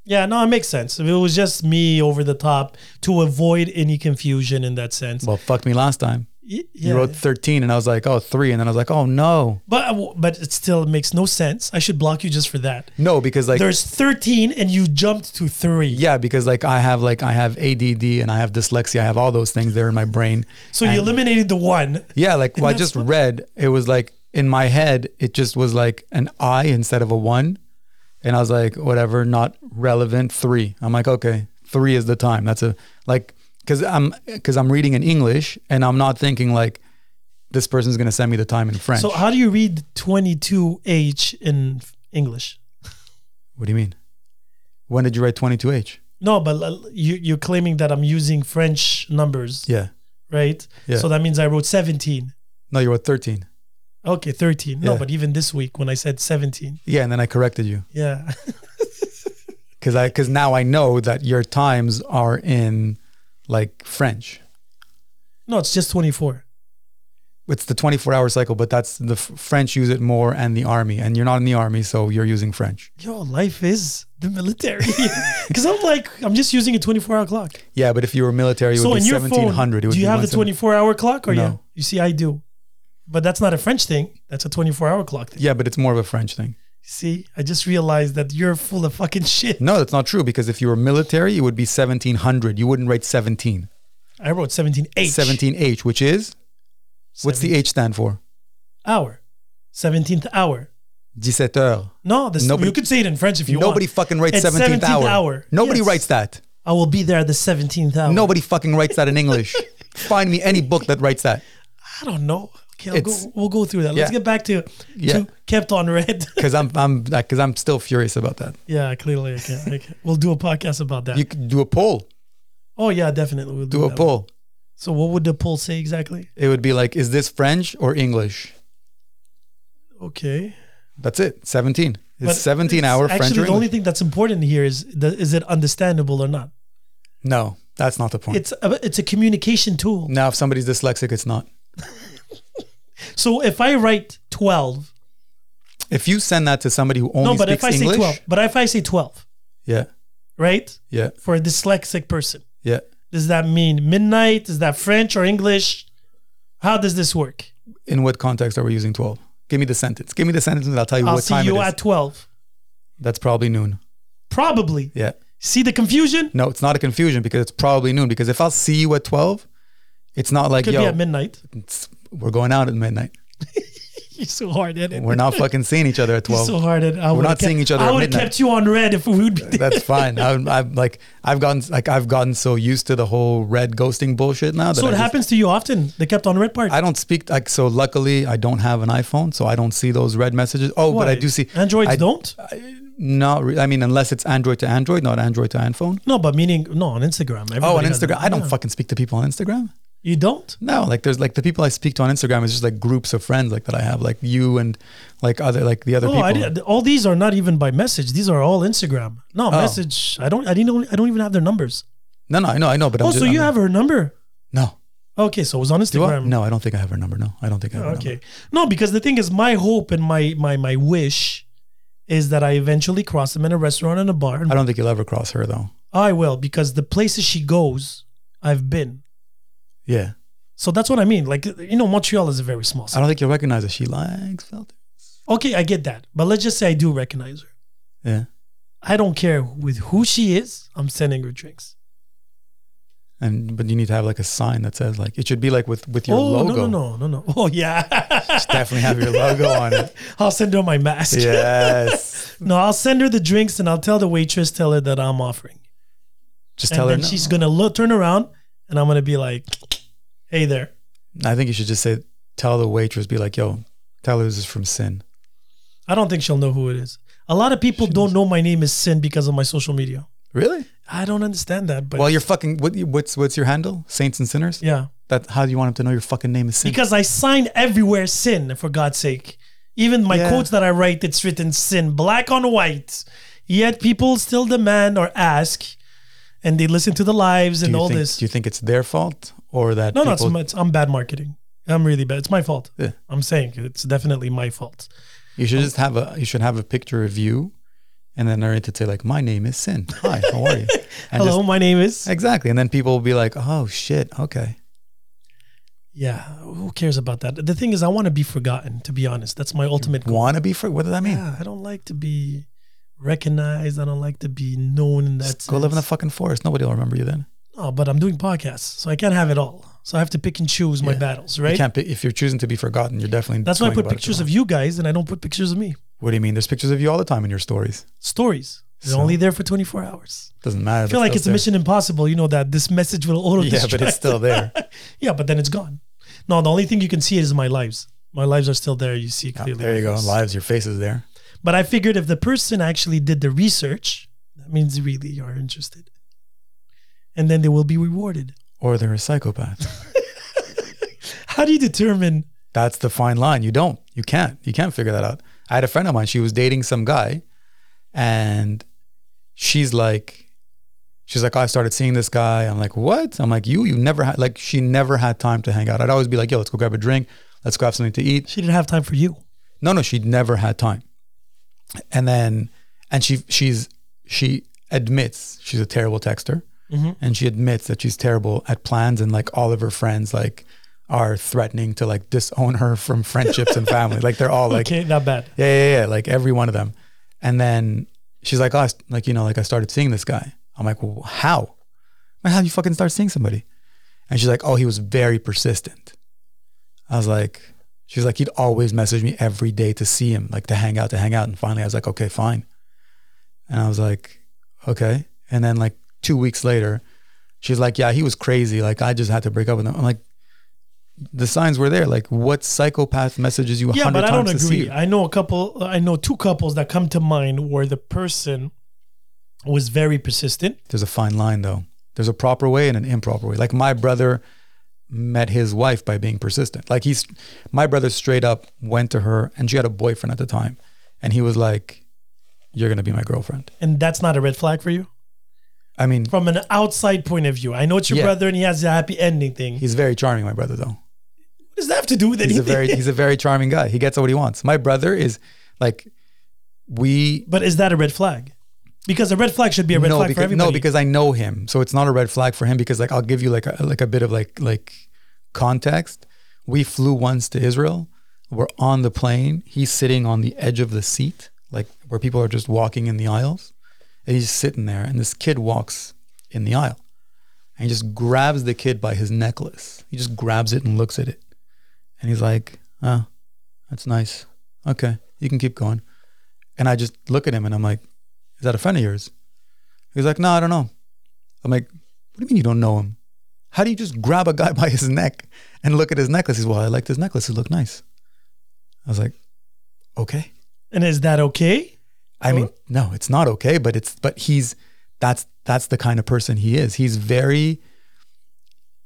Speaker 3: Yeah, no, it makes sense. If it was just me over the top to avoid any confusion in that sense.
Speaker 2: Well, fuck me last time.
Speaker 3: Y-
Speaker 2: You
Speaker 3: yeah.
Speaker 2: wrote 13 and I was like, oh, three. And then I was like, oh, no.
Speaker 3: but uh, but it still makes no sense. I should block you just for that.
Speaker 2: No, because like,
Speaker 3: There's 13 and you jumped to three.
Speaker 2: yeah, because like I have like, I have ADD and I have dyslexia. I have all those things there in my brain.
Speaker 3: So you eliminated the one.
Speaker 2: Yeah, like well, I
Speaker 3: that's
Speaker 2: just read, it was like in my head, it just was like an I instead of a one. And I was like, whatever, not relevant. Three. I'm like, okay, three is the time. That's a like because I'm because I'm reading in English and I'm not thinking like this person's gonna send me the time in French.
Speaker 3: So how do you read 22H in f- English?
Speaker 2: what do you mean? When did you write 22H?
Speaker 3: No, but l- you, you're claiming that I'm using French numbers,
Speaker 2: Yeah.
Speaker 3: right?
Speaker 2: Yeah.
Speaker 3: So that means I wrote 17.
Speaker 2: No, you wrote 13.
Speaker 3: Okay, 13. No,
Speaker 2: Yeah.
Speaker 3: but even this week when I said 17.
Speaker 2: Yeah, and then I corrected you
Speaker 3: Yeah.
Speaker 2: because I because now I know that your times are in like French.
Speaker 3: No, it's just 24.
Speaker 2: it's the 24 hour cycle, but that's the f- French use it more and the army, and you're not in the army, so you're using French.
Speaker 3: Yo, life is the military. Because I'm like, I'm just using a 24 hour clock.
Speaker 2: Yeah, but if you were military, it
Speaker 3: so
Speaker 2: would
Speaker 3: in
Speaker 2: be
Speaker 3: your
Speaker 2: 1700.
Speaker 3: phone,
Speaker 2: it would
Speaker 3: do you
Speaker 2: be
Speaker 3: have the
Speaker 2: 17
Speaker 3: 24 hour clock or
Speaker 2: No.
Speaker 3: yeah? You see, I do. But that's not a French thing. That's a 24 hour clock thing.
Speaker 2: Yeah, but it's more of a French thing.
Speaker 3: See, I just realized that you're full of fucking shit.
Speaker 2: No, that's not true because if you were military, it would be 1700. You wouldn't write 17.
Speaker 3: I wrote 17 H.
Speaker 2: 17H, which is what's the H stand for?
Speaker 3: hour. 17th hour.
Speaker 2: 17 heures.
Speaker 3: No, this,
Speaker 2: Nobody-
Speaker 3: you could say it in French if you
Speaker 2: Nobody
Speaker 3: want.
Speaker 2: fucking writes
Speaker 3: At
Speaker 2: 17th, hour. Nobody
Speaker 3: Yes.
Speaker 2: writes that.
Speaker 3: I will be there at the 17th hour.
Speaker 2: Nobody fucking writes that in English. Find me any book that writes that
Speaker 3: I don't know. Okay, I'll
Speaker 2: It's-
Speaker 3: go, we'll go through that. Let's
Speaker 2: Yeah.
Speaker 3: get back to,
Speaker 2: Yeah.
Speaker 3: to kept on red.
Speaker 2: because I'm I'm because I'm still furious about that.
Speaker 3: yeah, clearly I can't. I can't. We'll do a podcast about that.
Speaker 2: You could do a poll.
Speaker 3: oh yeah, definitely. We'll do,
Speaker 2: Do a
Speaker 3: that.
Speaker 2: poll.
Speaker 3: So what would the poll say exactly?
Speaker 2: it would be like, is this French or English?
Speaker 3: Okay.
Speaker 2: That's it. 17. It's
Speaker 3: But
Speaker 2: 17
Speaker 3: it's
Speaker 2: hour
Speaker 3: actually
Speaker 2: French
Speaker 3: the
Speaker 2: or English.
Speaker 3: only thing that's important here is the, is it understandable or not?
Speaker 2: no, that's not the point.
Speaker 3: It's a, it's a communication tool.
Speaker 2: now, if somebody's dyslexic, it's not.
Speaker 3: So if I write 12,
Speaker 2: If you send that to somebody who only
Speaker 3: no, but
Speaker 2: speaks
Speaker 3: if I
Speaker 2: English,
Speaker 3: say 12, but if I say 12,
Speaker 2: yeah,
Speaker 3: right?
Speaker 2: yeah,
Speaker 3: For a dyslexic person,
Speaker 2: yeah.
Speaker 3: does that mean midnight? Is that French or English? How does this work?
Speaker 2: In what context are we using 12? Give me the sentence. Give me the sentence, and I'll tell you
Speaker 3: I'll
Speaker 2: what
Speaker 3: see
Speaker 2: time
Speaker 3: you
Speaker 2: it is.
Speaker 3: at 12.
Speaker 2: that's probably noon.
Speaker 3: Probably.
Speaker 2: Yeah.
Speaker 3: See the confusion?
Speaker 2: No, it's not a confusion because it's probably noon. Because if I'll see you at 12, it's not like
Speaker 3: Could
Speaker 2: yo,
Speaker 3: be at midnight.
Speaker 2: it's- we're going out at midnight.
Speaker 3: You're so hard at it.
Speaker 2: We're not fucking seeing each other at
Speaker 3: You're
Speaker 2: 12.
Speaker 3: so hard at it. I would've
Speaker 2: not
Speaker 3: kept-
Speaker 2: seeing each other
Speaker 3: I
Speaker 2: at
Speaker 3: would have
Speaker 2: midnight.
Speaker 3: kept you on red if we would be there.
Speaker 2: That's fine. I'm, I'm like I've gotten like I've gotten so used to the whole red ghosting bullshit now that
Speaker 3: So
Speaker 2: I,
Speaker 3: it
Speaker 2: just-
Speaker 3: happens to you often. The kept on red part.
Speaker 2: I don't speak like so. Luckily, I don't have an iPhone, so I don't see those red messages. Oh, but I
Speaker 3: Why?
Speaker 2: do see
Speaker 3: Androids
Speaker 2: I,
Speaker 3: don't.
Speaker 2: Not re- I mean, unless it's Android to Android, not Android to iPhone.
Speaker 3: No, but meaning no on Instagram.
Speaker 2: Oh, on
Speaker 3: everybody has it.
Speaker 2: Instagram, I don't
Speaker 3: Yeah.
Speaker 2: fucking speak to people on Instagram.
Speaker 3: You don't.
Speaker 2: No, like there's like the people I speak to on Instagram is just like groups of friends like that I have, like you and like other like the other
Speaker 3: Oh,
Speaker 2: people.
Speaker 3: I did, all these are not even by message. These are all Instagram.
Speaker 2: Oh.
Speaker 3: No message. I don't. I didn't. I don't even have their numbers.
Speaker 2: No, no, I know, I know, but
Speaker 3: Oh,
Speaker 2: I'm just,
Speaker 3: so you
Speaker 2: I'm-
Speaker 3: have her number?
Speaker 2: no.
Speaker 3: Okay, so it was on
Speaker 2: Do I?
Speaker 3: Instagram.
Speaker 2: No, I don't think I have her number. No, I don't think I have. Her number.
Speaker 3: Okay. No, because the thing is, my hope and my my my wish is that I eventually cross them in a restaurant and a bar.
Speaker 2: I don't think you'll ever cross her though.
Speaker 3: I will because the places she goes, I've been.
Speaker 2: Yeah.
Speaker 3: So that's what I mean. Like you know, Montreal is a very small
Speaker 2: I
Speaker 3: city.
Speaker 2: don't think you'll recognize her. She likes felt.
Speaker 3: Okay, I get that, but let's just say I do recognize her.
Speaker 2: Yeah.
Speaker 3: I don't care with who she is. I'm sending her drinks.
Speaker 2: And but you need to have like a sign that says like it should be like with with your
Speaker 3: oh
Speaker 2: logo.
Speaker 3: no no no no no! Oh yeah,
Speaker 2: Definitely have your logo on it.
Speaker 3: I'll send her my mask.
Speaker 2: Yes.
Speaker 3: No, I'll send her the drinks and I'll tell the waitress, tell her that I'm offering,
Speaker 2: Just
Speaker 3: and
Speaker 2: tell her
Speaker 3: then
Speaker 2: no.
Speaker 3: she's gonna look, turn around, and I'm gonna be like, "Hey there."
Speaker 2: I think you should just say tell the waitress be like yo, tell her this is from Sin.
Speaker 3: I don't think she'll know who it is. A lot of people don't know my name is Sin because of my social media.
Speaker 2: Really?
Speaker 3: I don't understand that, but
Speaker 2: Well, you're fucking. What, what's what's your handle? Saints and sinners.
Speaker 3: yeah,
Speaker 2: That how do you want him to know your fucking name is Sin?
Speaker 3: because I sign everywhere Sin for God's sake. Even my
Speaker 2: Yeah.
Speaker 3: quotes that I write, it's written Sin, black on white. Yet people still demand or ask, and they listen to the lives
Speaker 2: do
Speaker 3: and
Speaker 2: you
Speaker 3: all
Speaker 2: think,
Speaker 3: this.
Speaker 2: Do you think it's their fault or that?
Speaker 3: No, no, it's,
Speaker 2: people,
Speaker 3: my- it's, I'm bad marketing. I'm really bad. It's my fault.
Speaker 2: Yeah.
Speaker 3: I'm saying it's definitely my fault.
Speaker 2: You should just have a. You should have a picture of you, and then narrate it say like, "My name is Sin. Hi, how are you?" And
Speaker 3: Hello, my name is.
Speaker 2: Exactly. And then people will be like, oh shit, okay.
Speaker 3: yeah, who cares about that? The thing is, I want to be forgotten. To be honest, that's my ultimate goal.
Speaker 2: Want to be free? What does that mean?
Speaker 3: Yeah, I don't like to be recognized. I don't like to be known in that.
Speaker 2: Just go live in the
Speaker 3: sense.
Speaker 2: fucking forest. Nobody will remember you then.
Speaker 3: No, Oh, but I'm doing podcasts, so I can't have it all. So I have to pick and choose my
Speaker 2: Yeah.
Speaker 3: battles,
Speaker 2: You
Speaker 3: right?
Speaker 2: can't pick, if you're choosing to be forgotten. You're definitely.
Speaker 3: That's why I
Speaker 2: going
Speaker 3: put
Speaker 2: about it
Speaker 3: pictures
Speaker 2: the
Speaker 3: of
Speaker 2: wrong-
Speaker 3: you guys, and I don't put pictures of me.
Speaker 2: What do you mean? There's pictures of you all the time in your stories.
Speaker 3: Stories. They're
Speaker 2: So-
Speaker 3: only there for 24 hours.
Speaker 2: Doesn't matter.
Speaker 3: I feel like it's
Speaker 2: a
Speaker 3: Mission Impossible. You know that this message will auto
Speaker 2: Yeah, but it's still there.
Speaker 3: yeah, but then it's gone. No, the only thing you can see is my lives. My lives are still there. You see
Speaker 2: Yeah,
Speaker 3: clearly.
Speaker 2: Ah, there you
Speaker 3: my
Speaker 2: go.
Speaker 3: face.
Speaker 2: Lives, your face is there.
Speaker 3: But I figured if the person actually did the research, that means really you are interested. And then they will be rewarded.
Speaker 2: Or they're a psychopath.
Speaker 3: How do you determine?
Speaker 2: That's the fine line. You don't. You can't. You can't figure that out. I had a friend of mine. She was dating some guy, and she's like, she's like, "Oh, I started seeing this guy. I'm like, what? I'm like, you? You never had like she never had time to hang out. I'd always be like, yo, let's go grab a drink. Let's go have something to eat.
Speaker 3: She didn't have time for you.
Speaker 2: No, no, she'd never had time. And then, and she she's she admits she's a terrible texter, and she admits that she's terrible at plans, and like all of her friends like are threatening to like disown her from friendships and family. Like they're all like,
Speaker 3: okay, not bad.
Speaker 2: yeah, yeah, yeah, like every one of them. And then she's like, oh, I s- like you know, like I started seeing this guy. I'm like, well, how? Man, how do you fucking start seeing somebody? And she's like, oh, he was very persistent. I was like, she's like, he'd always message me every day to see him, like to hang out, to hang out. And finally, I was like, okay, fine. And I was like, okay. And then like two weeks later, she's like, yeah, he was crazy. Like I just had to break up with him. I'm like. The signs were there. Like, what psychopath messages you?
Speaker 3: Yeah,
Speaker 2: 100
Speaker 3: but I don't
Speaker 2: times to see
Speaker 3: agree.
Speaker 2: you?
Speaker 3: I know a couple. I know two couples that come to mind where the person was very persistent.
Speaker 2: There's a fine line though. There's a proper way and an improper way. Like my brother met his wife by being persistent. Like he's my brother straight up went to her and she had a boyfriend at the time and he was like you're going to be my girlfriend.
Speaker 3: And that's not a red flag for you
Speaker 2: I mean,
Speaker 3: from an outside point of view. I know it's your
Speaker 2: Yeah.
Speaker 3: brother and he has a happy ending thing.
Speaker 2: he's very charming my brother though.
Speaker 3: what does that have to do with
Speaker 2: He's a
Speaker 3: anything?
Speaker 2: very he's a very charming guy. He gets what he wants. My brother is like we
Speaker 3: but is that a red flag? Because a red flag should be a red
Speaker 2: no
Speaker 3: flag for
Speaker 2: because
Speaker 3: everybody.
Speaker 2: no because I know him. So it's not a red flag for him because like I'll give you like a, like a bit of like like context. We flew once to Israel. We're on the plane. He's sitting on the edge of the seat, like where people are just walking in the aisles. And he's sitting there and this kid walks in the aisle. And he just grabs the kid by his necklace. He just grabs it and looks at it. And he's like, "Oh, that's nice. Okay, you can keep going." And I just look at him and I'm like, "Is that a friend of yours?" He's like, no, I don't know. I'm like, what do you mean you don't know him? How do you just grab a guy by his neck and look at his necklace? He's, well, I liked his necklace. It looked nice. I was like, okay.
Speaker 3: and is that okay?
Speaker 2: I mean, no, it's not okay, but it's but he's that's that's the kind of person he is. He's very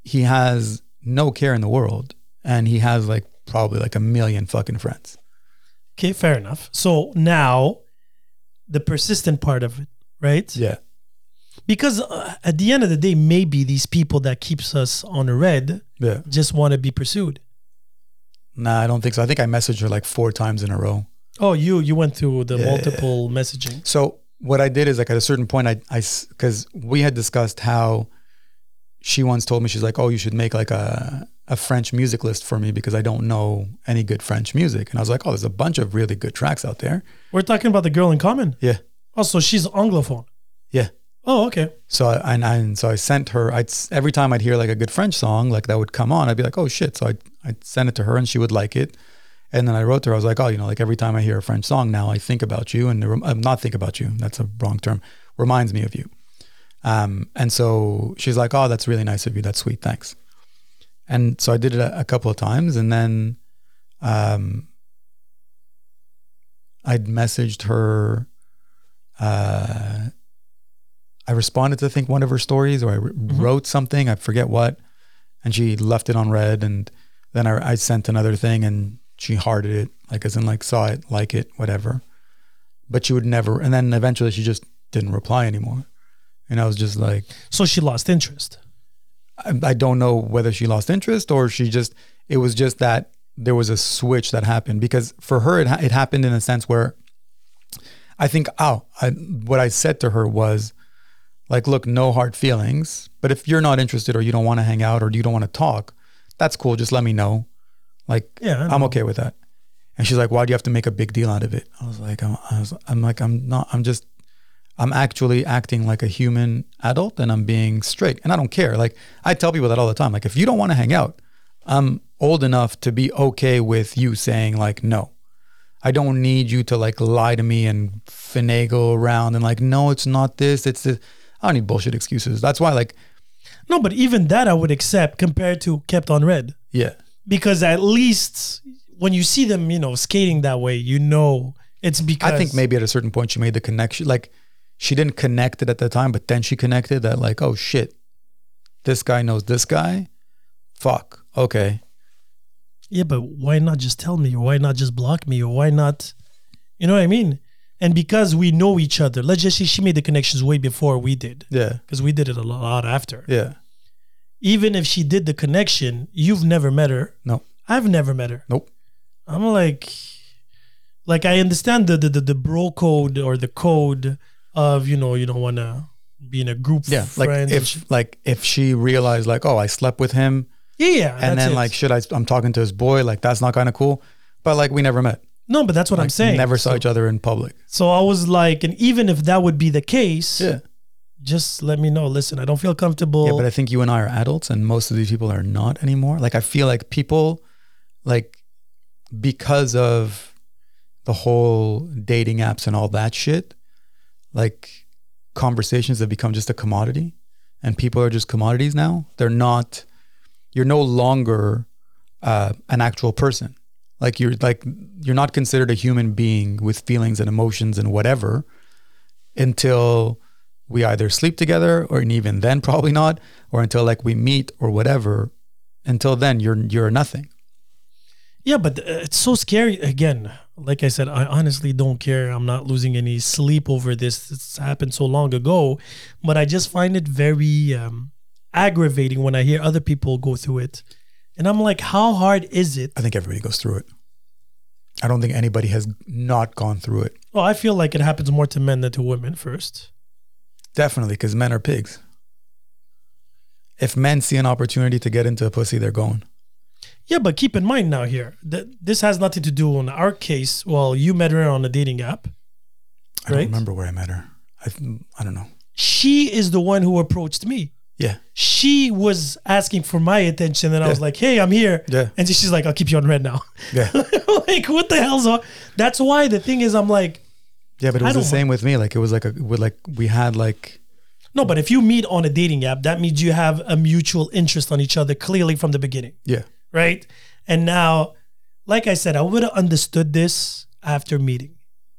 Speaker 2: he has no care in the world and he has like probably like a million fucking friends.
Speaker 3: Okay, fair enough. So now the persistent part of it, right?
Speaker 2: Yeah.
Speaker 3: Because uh, at the end of the day, maybe these people that keeps us on a red
Speaker 2: Yeah.
Speaker 3: just want to be pursued.
Speaker 2: Nah, I don't think so. I think I messaged her like four times in a row.
Speaker 3: Oh, you you went through the multiple messaging.
Speaker 2: So what I did is like at a certain point, I, I, because we had discussed how she once told me she's like, oh, you should make like a a French music list for me because I don't know any good French music, and I was like, oh, there's a bunch of really good tracks out there.
Speaker 3: We're talking about the girl in common.
Speaker 2: Yeah,
Speaker 3: Oh, so she's anglophone.
Speaker 2: yeah.
Speaker 3: Oh, okay.
Speaker 2: So I, and, I- and so I sent her. I'd s- every time I'd hear like a good French song like that would come on, I'd be like, oh shit. So I would I'd send it to her and she would like it. And then I wrote to her. I was like, oh, you know, like every time I hear a French song now, I think about you and it rem- I'm not think about you. That's a wrong term. Reminds me of you. Um, and so she's like, oh, that's really nice of you. That's sweet. Thanks. And so I did it a, a couple of times, and then um, I'd messaged her. Uh, I responded to I think one of her stories, or I wr- wrote something. I forget what, and she left it on red. And then I, I sent another thing, and she hearted it, like as in like saw it, like it, whatever. But she would never. And then eventually, she just didn't reply anymore. And I was just like,
Speaker 3: So she lost interest.
Speaker 2: I, I don't know whether she lost interest or she just it was just that there was a switch that happened because for her it, ha- it happened in a sense where I think oh I, what I said to her was like look no hard feelings but if you're not interested or you don't want to hang out or you don't want to talk that's cool. Just let me know. Like,
Speaker 3: Yeah, I
Speaker 2: I'm okay with that. And she's like, why do you have to make a big deal out of it? I was like, I'm, I was, I'm like, I'm not, I'm just, I'm actually acting like a human adult and I'm being straight and I don't care. Like I tell people that all the time. Like if you don't want to hang out, I'm old enough to be okay with you saying like, no, I don't need you to like lie to me and finagle around and like, no, it's not this. It's this. I don't need bullshit excuses. That's why like,
Speaker 3: No, but even that I would accept compared to kept on red.
Speaker 2: yeah,
Speaker 3: Because at least when you see them, you know, skating that way, you know it's because
Speaker 2: I think maybe at a certain point she made the connection. Like she didn't connect it at the time, but then she connected that like, oh shit, this guy knows this guy. Fuck. Okay.
Speaker 3: Yeah, but why not just tell me? Or why not just block me? Or why not you know what I mean? And because we know each other, let's just say she made the connections way before we did.
Speaker 2: Yeah.
Speaker 3: Because we did it a lot after.
Speaker 2: Yeah.
Speaker 3: Even if she did the connection, you've never met her.
Speaker 2: No.
Speaker 3: I've never met her.
Speaker 2: Nope.
Speaker 3: I'm like, like I understand the the the, the bro code or the code of you know you don't want to be in a group.
Speaker 2: Yeah.
Speaker 3: of friends
Speaker 2: like
Speaker 3: and
Speaker 2: if
Speaker 3: shit.
Speaker 2: like if she realized like, oh, I slept with him,
Speaker 3: yeah, yeah,
Speaker 2: and
Speaker 3: that's
Speaker 2: then
Speaker 3: it.
Speaker 2: like, shit, I, I'm talking to his boy. Like that's not kind of cool. But like we never met.
Speaker 3: no, but that's what I'm
Speaker 2: Like,
Speaker 3: saying.
Speaker 2: Never saw
Speaker 3: so,
Speaker 2: each other in public.
Speaker 3: So I was like, and even if that would be the case,
Speaker 2: Yeah.
Speaker 3: just let me know. Listen, I don't feel comfortable.
Speaker 2: Yeah, but I think you and I are adults, and most of these people are not anymore. Like I feel like people, like because of the whole dating apps and all that shit, like conversations have become just a commodity, and people are just commodities now. They're not. You're no longer uh, an actual person. Like you're like you're not considered a human being with feelings and emotions and whatever until we either sleep together or and even then probably not or until like we meet or whatever until then you're you're nothing
Speaker 3: Yeah, but uh, it's so scary. Again, like I said, I honestly don't care. I'm not losing any sleep over this. It's happened so long ago, but I just find it very um, aggravating when I hear other people go through it, and I'm like, how hard is it?
Speaker 2: i think everybody goes through it i don't think anybody has not gone through it
Speaker 3: Well, I feel like it happens more to men than to women first.
Speaker 2: definitely cuz men are pigs if men see an opportunity to get into a pussy they're going
Speaker 3: Yeah, but keep in mind now here that this has nothing to do on our case. Well, you met her on a dating app.
Speaker 2: i don't
Speaker 3: Right.
Speaker 2: remember where i met her i th- i don't know
Speaker 3: She is the one who approached me.
Speaker 2: yeah
Speaker 3: she was asking for my attention, and I
Speaker 2: Yeah.
Speaker 3: was like, "Hey, I'm here."
Speaker 2: Yeah.
Speaker 3: And she's like, "I'll keep you on red now."
Speaker 2: yeah
Speaker 3: like, what the hell's on? That's why the thing is, I'm like,
Speaker 2: yeah but it
Speaker 3: I
Speaker 2: was the
Speaker 3: don't-
Speaker 2: same with me like it was like a with like we had like
Speaker 3: no, but if you meet on a dating app, that means you have a mutual interest on each other clearly from the beginning,
Speaker 2: yeah
Speaker 3: right? And now, like I said, I would have understood this after meeting,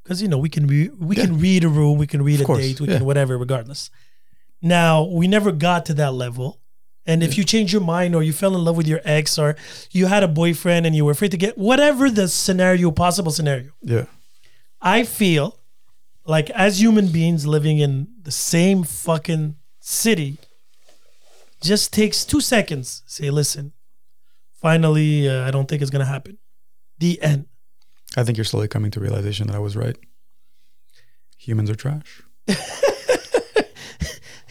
Speaker 3: because you know we can re- we
Speaker 2: Yeah.
Speaker 3: can read a room, we can read
Speaker 2: Of
Speaker 3: a
Speaker 2: course,
Speaker 3: date, we
Speaker 2: yeah.
Speaker 3: can whatever, regardless. Now we never got to that level. And if you change your mind or you fell in love with your ex or you had a boyfriend and you were afraid to get whatever the scenario, possible scenario,
Speaker 2: yeah
Speaker 3: I feel like as human beings living in the same fucking city, just takes two seconds. Say, listen, finally, uh, I don't think it's gonna happen. The end.
Speaker 2: i think you're slowly coming to realization that i was right humans are trash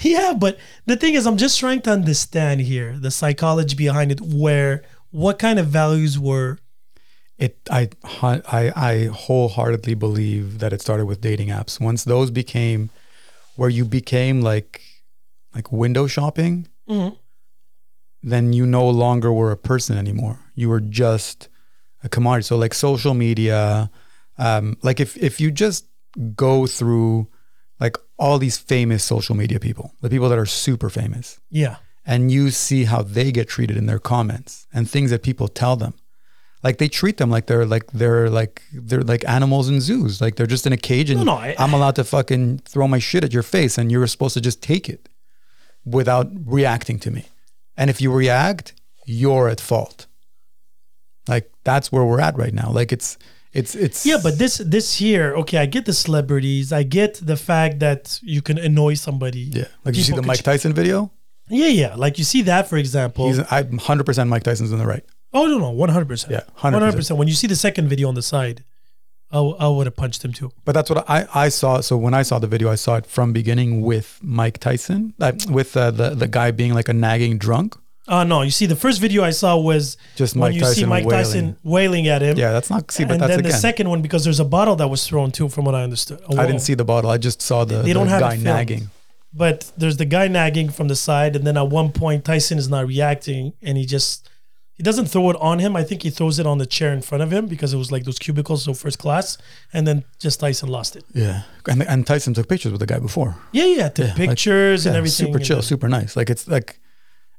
Speaker 3: Yeah, but the thing is, I'm just trying to understand here the psychology behind it, where what kind of values were.
Speaker 2: it I, I i wholeheartedly believe that it started with dating apps once those became where you became like like window shopping then you no longer were a person anymore you were just a commodity so like social media um like if if you just go through like all these famous social media people the people that are super famous
Speaker 3: Yeah,
Speaker 2: and you see how they get treated in their comments and things that people tell them like they treat them like they're like they're like they're like animals in zoos like they're just in a cage and
Speaker 3: No, no, I-
Speaker 2: i'm allowed to fucking throw my shit at your face and you're supposed to just take it without reacting to me and if you react you're at fault like that's where we're at right now like it's it's it's
Speaker 3: yeah, but this this here, okay, I get the celebrities, I get the fact that you can annoy somebody.
Speaker 2: yeah like you see
Speaker 3: People
Speaker 2: the
Speaker 3: could
Speaker 2: mike
Speaker 3: ch-
Speaker 2: tyson video
Speaker 3: yeah, yeah, like you see that for example.
Speaker 2: he's i'm 100% mike tyson's in the right
Speaker 3: oh no, no, one hundred percent.
Speaker 2: Yeah,
Speaker 3: one
Speaker 2: 100%.
Speaker 3: hundred percent. When you see the second video on the side, I, w- I would have punched him too.
Speaker 2: But that's what I, I saw. So when I saw the video, I saw it from beginning with Mike Tyson, uh, with uh, the the guy being like a nagging drunk,
Speaker 3: Oh no! You see, the first video I saw was
Speaker 2: Just
Speaker 3: when
Speaker 2: Mike
Speaker 3: you
Speaker 2: Tyson
Speaker 3: see Mike
Speaker 2: wailing.
Speaker 3: Tyson wailing at him.
Speaker 2: Yeah, that's not see, but
Speaker 3: and
Speaker 2: that's
Speaker 3: then
Speaker 2: again.
Speaker 3: the second one because there's a bottle that was thrown too, from what I understood. A
Speaker 2: I didn't
Speaker 3: wall.
Speaker 2: see the bottle. I just saw the,
Speaker 3: They
Speaker 2: the
Speaker 3: don't have it
Speaker 2: guy
Speaker 3: filmed.
Speaker 2: nagging.
Speaker 3: but there's the guy nagging from the side, and then at one point Tyson is not reacting, and he just he doesn't throw it on him. I think he throws it on the chair in front of him because it was like those cubicles, so first class, and then just Tyson lost it.
Speaker 2: Yeah, and and Tyson took pictures with the guy before.
Speaker 3: Yeah, yeah, the
Speaker 2: Yeah, like-
Speaker 3: pictures and
Speaker 2: Yeah,
Speaker 3: everything.
Speaker 2: Super
Speaker 3: and
Speaker 2: chill,
Speaker 3: then-
Speaker 2: super nice. Like it's like,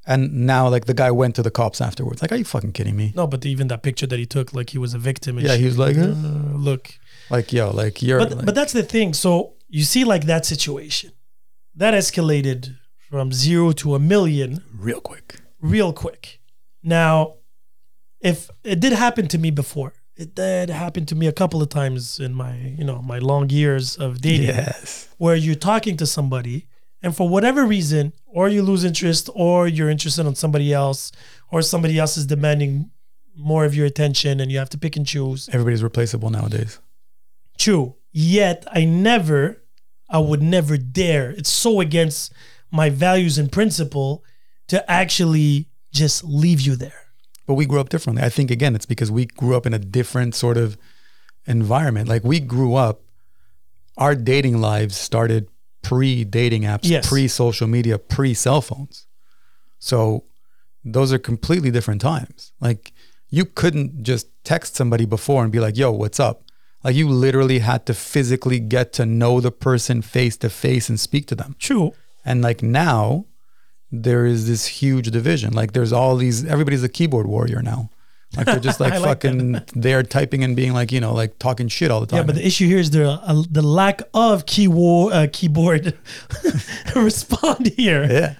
Speaker 2: and now like the guy went to the cops afterwards. Like, are you fucking kidding me?
Speaker 3: No, but even that picture that he took, like he was a victim. And
Speaker 2: Yeah,
Speaker 3: shit.
Speaker 2: he was like,
Speaker 3: Uh,
Speaker 2: uh,
Speaker 3: look,
Speaker 2: like yo, like you're.
Speaker 3: but
Speaker 2: like,
Speaker 3: but that's the thing. So you see, like that situation, that escalated from zero to a million
Speaker 2: real quick.
Speaker 3: real quick. Now, if it did happen to me before, it did happen to me a couple of times in my you know my long years of dating,
Speaker 2: Yes.
Speaker 3: where you're talking to somebody and for whatever reason, or you lose interest, or you're interested on somebody else, or somebody else is demanding more of your attention, and you have to pick and choose.
Speaker 2: Everybody's replaceable nowadays.
Speaker 3: True. Yet I never, I would never dare. It's so against my values and principle to actually just leave you there.
Speaker 2: But we grew up differently. I think again, it's because we grew up in a different sort of environment. Like we grew up, our dating lives started pre-dating apps,
Speaker 3: Yes.
Speaker 2: pre-social media, pre-cell phones. So those are completely different times. Like you couldn't just text somebody before and be like, "Yo, what's up?" Like you literally had to physically get to know the person face to face and speak to them.
Speaker 3: True.
Speaker 2: And like now, there is this huge division. Like there's all these everybody's a keyboard warrior now. Like they're just like,
Speaker 3: I like that.
Speaker 2: fucking they're typing and being like, you know, like talking shit all the time.
Speaker 3: Yeah, but the issue here is the uh, the lack of keyboard uh, keyboard respond here.
Speaker 2: yeah.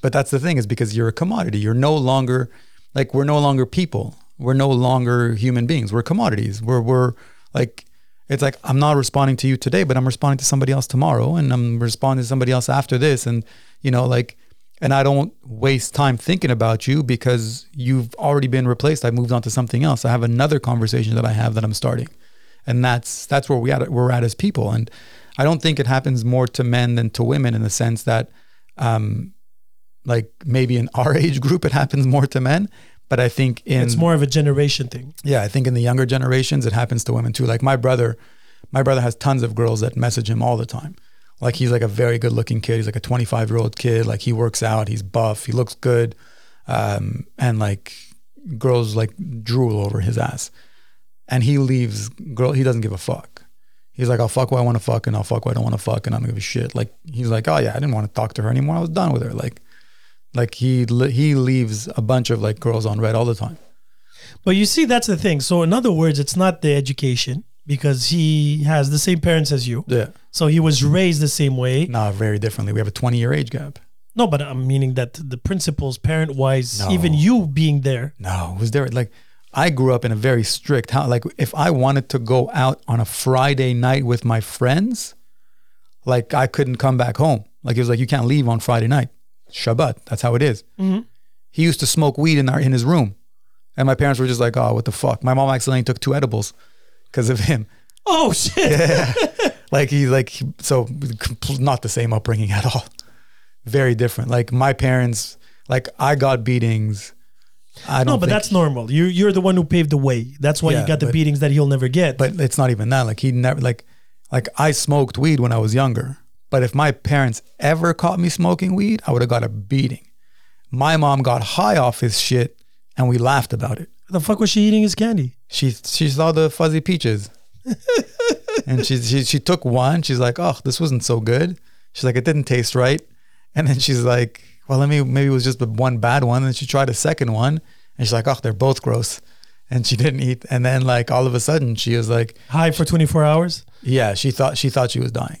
Speaker 2: But that's the thing is because you're a commodity. You're no longer like we're no longer people. We're no longer human beings. We're commodities. We're we're like it's like I'm not responding to you today, but I'm responding to somebody else tomorrow and I'm responding to somebody else after this and you know like and I don't waste time thinking about you because you've already been replaced. I moved on to something else. I have another conversation that I have that I'm starting. and that's that's where we at we're at as people and i don't think it happens more to men than to women in the sense that um like maybe in our age group it happens more to men but i think in
Speaker 3: It's more of a generation thing.
Speaker 2: yeah i think in the younger generations it happens to women too like my brother my brother has tons of girls that message him all the time like he's like a very good looking kid he's like a 25 year old kid like he works out he's buff he looks good um and like girls like drool over his ass and he leaves girl he doesn't give a fuck he's like i'll fuck what i want to fuck and i'll fuck what i don't want to fuck and i don't give a shit like he's like oh yeah i didn't want to talk to her anymore i was done with her like like he li- he leaves a bunch of like girls on red all the time
Speaker 3: But you see, that's the thing. So in other words, it's not the education because he has the same parents as you,
Speaker 2: yeah
Speaker 3: so he was raised the same way.
Speaker 2: Nah, very differently. We have a 20 year age gap.
Speaker 3: No, but I'm meaning that the principles, parent wise,
Speaker 2: No.
Speaker 3: even you being there.
Speaker 2: No, it was there like I grew up in a very strict house. Like if I wanted to go out on a Friday night with my friends, like I couldn't come back home. Like it was like you can't leave on Friday night. Shabbat. That's how it is. He used to smoke weed in our in his room, and my parents were just like, "Oh, what the fuck?" My mom accidentally took two edibles because of him.
Speaker 3: Oh shit!
Speaker 2: like he like he- so compl- not the same upbringing at all very different like my parents like i got beatings i don't
Speaker 3: no, but
Speaker 2: think-
Speaker 3: that's normal. You you're the one who paved the way. That's why
Speaker 2: Yeah,
Speaker 3: you got the
Speaker 2: but-
Speaker 3: beatings that he'll never get.
Speaker 2: but it's not even that like he never like like i smoked weed when i was younger but if my parents ever caught me smoking weed i would have got a beating my mom got high off his shit and we laughed about it
Speaker 3: the fuck was she eating his candy?
Speaker 2: she she saw the fuzzy peaches and she, she she took one she's like oh this wasn't so good she's like it didn't taste right and then she's like well let me maybe it was just the one bad one and she tried a second one and she's like oh they're both gross and she didn't eat and then like all of a sudden she was like
Speaker 3: High for 24 hours.
Speaker 2: yeah she thought she thought she was dying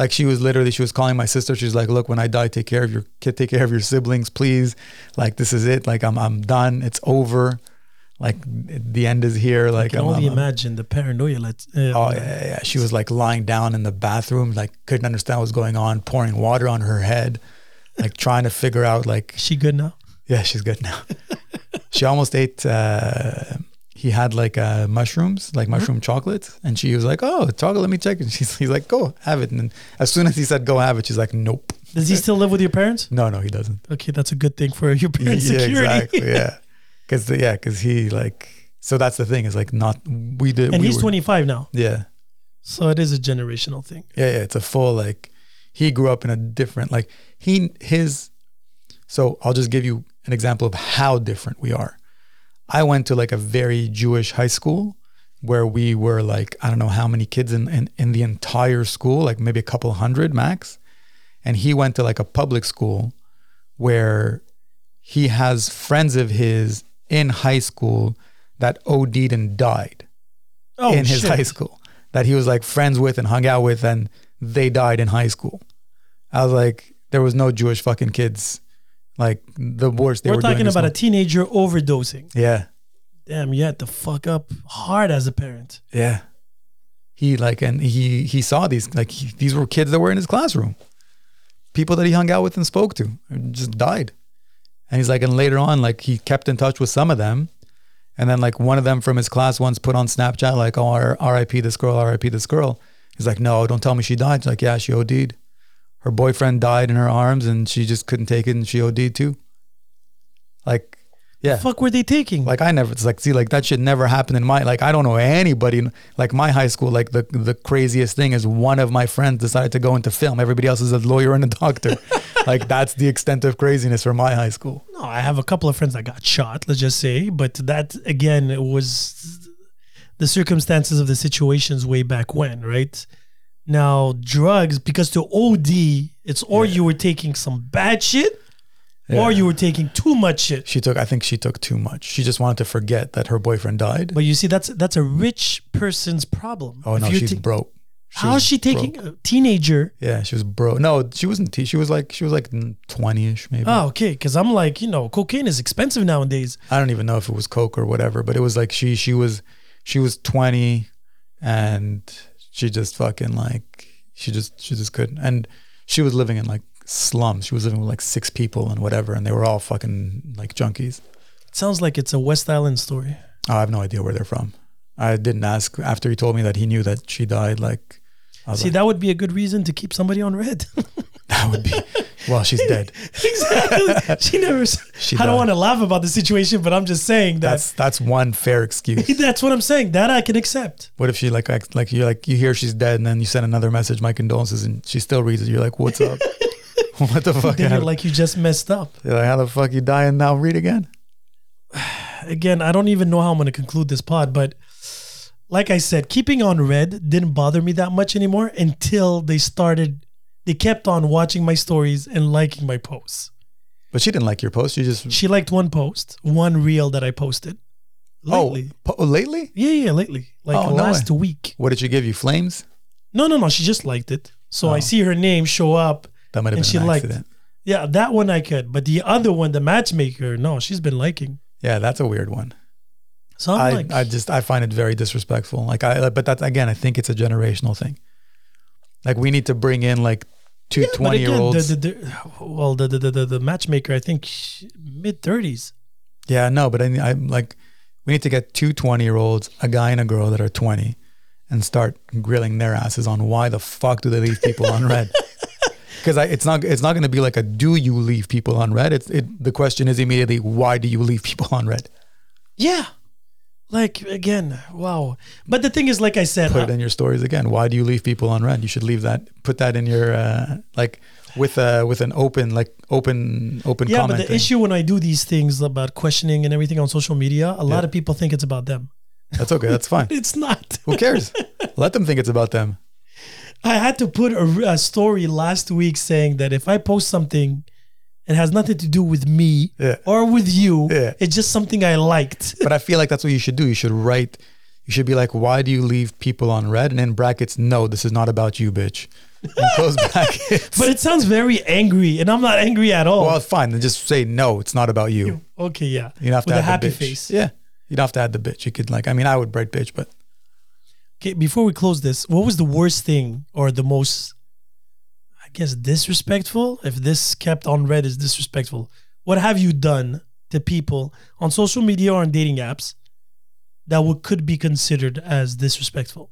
Speaker 2: like she was literally she was calling my sister she's like look when i die take care of your kid take care of your siblings please like this is it like i'm i'm done it's over like the end is here like
Speaker 3: Can
Speaker 2: I'm-
Speaker 3: only
Speaker 2: I'm- I'm-
Speaker 3: imagine the paranoia. Let's. Uh,
Speaker 2: Oh yeah, yeah, yeah. She was like lying down in the bathroom, like couldn't understand what was going on, pouring water on her head, like trying to figure out. Like,
Speaker 3: She good now?
Speaker 2: yeah, she's good now. she almost ate. Uh, he had like uh, mushrooms,
Speaker 3: Mm-hmm.
Speaker 2: like mushroom chocolate, and she was like, "Oh, chocolate, let me check." And she's he's like, "Go have it." And then as soon as he said, "Go have it," she's like, "Nope."
Speaker 3: Does he still live with your parents?
Speaker 2: No, no, he doesn't.
Speaker 3: Okay, that's a good thing for your parents' security.
Speaker 2: exactly. Yeah, because yeah, because he like so that's the thing is like not we did.
Speaker 3: And
Speaker 2: we
Speaker 3: he's
Speaker 2: were-
Speaker 3: 25 now,
Speaker 2: Yeah,
Speaker 3: so it is a generational thing.
Speaker 2: yeah, yeah. It's a full like he grew up in a different like he his. So I'll just give you an example of how different we are. I went to like a very Jewish high school where we were like I don't know how many kids in in, in the entire school, like maybe a couple hundred max, and he went to like a public school where he has friends of his in high school that OD'd and died
Speaker 3: Oh,
Speaker 2: in his
Speaker 3: shit.
Speaker 2: high school that he was like friends with and hung out with, and they died in high school. I was like, there was no Jewish fucking kids. Like the worst they were,
Speaker 3: We're talking
Speaker 2: doing is
Speaker 3: about a
Speaker 2: not-
Speaker 3: teenager overdosing.
Speaker 2: yeah,
Speaker 3: Damn, you had to fuck up hard as a parent.
Speaker 2: yeah. He like and he he saw these like he, these were kids that were in his classroom, people that he hung out with and spoke to, and just died. And he's like, and later on, like he kept in touch with some of them. And then like one of them from his class once put on Snapchat, like, oh, R- RIP this girl, RIP this girl. He's like, no, don't tell me she died. She's like, yeah, she OD'd. Her boyfriend died in her arms and she just couldn't take it and she OD'd too. Like, yeah.
Speaker 3: Fuck, were they taking?
Speaker 2: Like I never, it's like, see, like that shit never happened in my, like, I don't know anybody, in- like my high school, like the, the craziest thing is one of my friends decided to go into film. Everybody else is a lawyer and a doctor. like that's the extent of craziness for my high school.
Speaker 3: no, I have a couple of friends that got shot. Let's just say, but that again it was the circumstances of the situations way back when, right? Now drugs, because to OD, it's or you were taking some bad shit, or
Speaker 2: Yeah.
Speaker 3: you were taking too much shit.
Speaker 2: She took, I think she took too much. She just wanted to forget that her boyfriend died.
Speaker 3: But you see, that's that's a rich person's problem.
Speaker 2: oh
Speaker 3: If
Speaker 2: no,
Speaker 3: you
Speaker 2: she's
Speaker 3: ta-
Speaker 2: broke.
Speaker 3: How is she
Speaker 2: broke.
Speaker 3: taking a teenager?
Speaker 2: Yeah, she was broke. No, she wasn't. T- she was like, she was like twenty-ish maybe.
Speaker 3: Oh, okay. Because I'm like, you know, cocaine is expensive nowadays.
Speaker 2: I don't even know if it was coke or whatever, but it was like she, she was, she was twenty, and she just fucking like, she just, she just couldn't. And she was living in like slums. She was living with like six people and whatever, and they were all fucking like junkies. Oh,
Speaker 3: It sounds like it's a West Island story.
Speaker 2: I have no idea where they're from. I didn't ask after he told me that he knew that she died. Like, I was
Speaker 3: See,
Speaker 2: like,
Speaker 3: that would be a good reason to keep somebody on red.
Speaker 2: that would be. Well, she's dead.
Speaker 3: exactly. She never. s
Speaker 2: She
Speaker 3: I don't
Speaker 2: died.
Speaker 3: want to laugh about the situation, but I'm just saying that.
Speaker 2: That's that's one fair excuse.
Speaker 3: That's, what I'm saying. That I can accept.
Speaker 2: What if she like act, like you like you hear she's dead and then you send another message, my condolences, and she still reads it. You're like, what's up? what the fuck?
Speaker 3: Then you're
Speaker 2: happened?
Speaker 3: like, you just messed up.
Speaker 2: You're like, how the fuck you die and now read again?
Speaker 3: Again, I don't even know how I'm going to conclude this pod, but like I said, keeping on red didn't bother me that much anymore until they started. They kept on watching my stories and liking my posts.
Speaker 2: But she didn't like your post. She just
Speaker 3: She liked one post, one reel that I posted. Lately.
Speaker 2: oh po- lately.
Speaker 3: Yeah, yeah, lately. Like
Speaker 2: Oh, no
Speaker 3: last week.
Speaker 2: What did she give you? Flames.
Speaker 3: No, no, no. She just liked it. So I
Speaker 2: Oh.
Speaker 3: see her name show up.
Speaker 2: That might have
Speaker 3: And
Speaker 2: been
Speaker 3: she
Speaker 2: an
Speaker 3: liked-
Speaker 2: accident.
Speaker 3: Yeah, that one I could. But the other one, the matchmaker, no, she's been liking.
Speaker 2: Yeah, that's a weird one.
Speaker 3: So I'm
Speaker 2: I,
Speaker 3: like,
Speaker 2: I just I find it very disrespectful. Like I but that's again I think it's a generational thing. Like we need to bring in like two
Speaker 3: But
Speaker 2: 20 year
Speaker 3: again,
Speaker 2: olds.
Speaker 3: The, the, the, well, the, the, the- the, the matchmaker, I think mid 30s.
Speaker 2: Yeah, no, but I, I'm like, we need to get two 20 year olds, a guy and a girl that are 20, and start grilling their asses on why the fuck do they leave people on red? Because it's not it's not going to be like a do you leave people on red? It's it, the question is immediately why do you leave people on red?
Speaker 3: Yeah. Like, again, wow. But the thing is, like I said, uh,
Speaker 2: Put
Speaker 3: I-
Speaker 2: it in your stories again. Why do you leave people on red? You should leave that. Put that in your uh, like with a with an open like open open
Speaker 3: yeah,
Speaker 2: comment.
Speaker 3: but the
Speaker 2: thing.
Speaker 3: issue when I do these things about questioning and everything on social media, a lot
Speaker 2: Yeah.
Speaker 3: of people think it's about them.
Speaker 2: That's okay. That's fine.
Speaker 3: It's not.
Speaker 2: Who cares? Let them think it's about them.
Speaker 3: I had to put a, a story last week saying that if I post something, it has nothing to do with me
Speaker 2: Yeah.
Speaker 3: or with you.
Speaker 2: Yeah.
Speaker 3: It's just something I liked.
Speaker 2: but I feel like that's what you should do. You should write. You should be like, why do you leave people on red? And in brackets, no, this is not about you, bitch. And close brackets.
Speaker 3: But it sounds very angry, and I'm not angry at all.
Speaker 2: well, fine. Then just say no. It's not about you.
Speaker 3: okay, yeah.
Speaker 2: You don't have
Speaker 3: with
Speaker 2: to
Speaker 3: a
Speaker 2: add
Speaker 3: happy
Speaker 2: the bitch.
Speaker 3: face.
Speaker 2: Yeah, you don't have to add the bitch. You could like. I mean, I would write bitch, but
Speaker 3: Okay, before we close this, what was the worst thing or the most, I guess, disrespectful? If this kept on red is disrespectful, what have you done to people on social media or on dating apps that would, could be considered as disrespectful?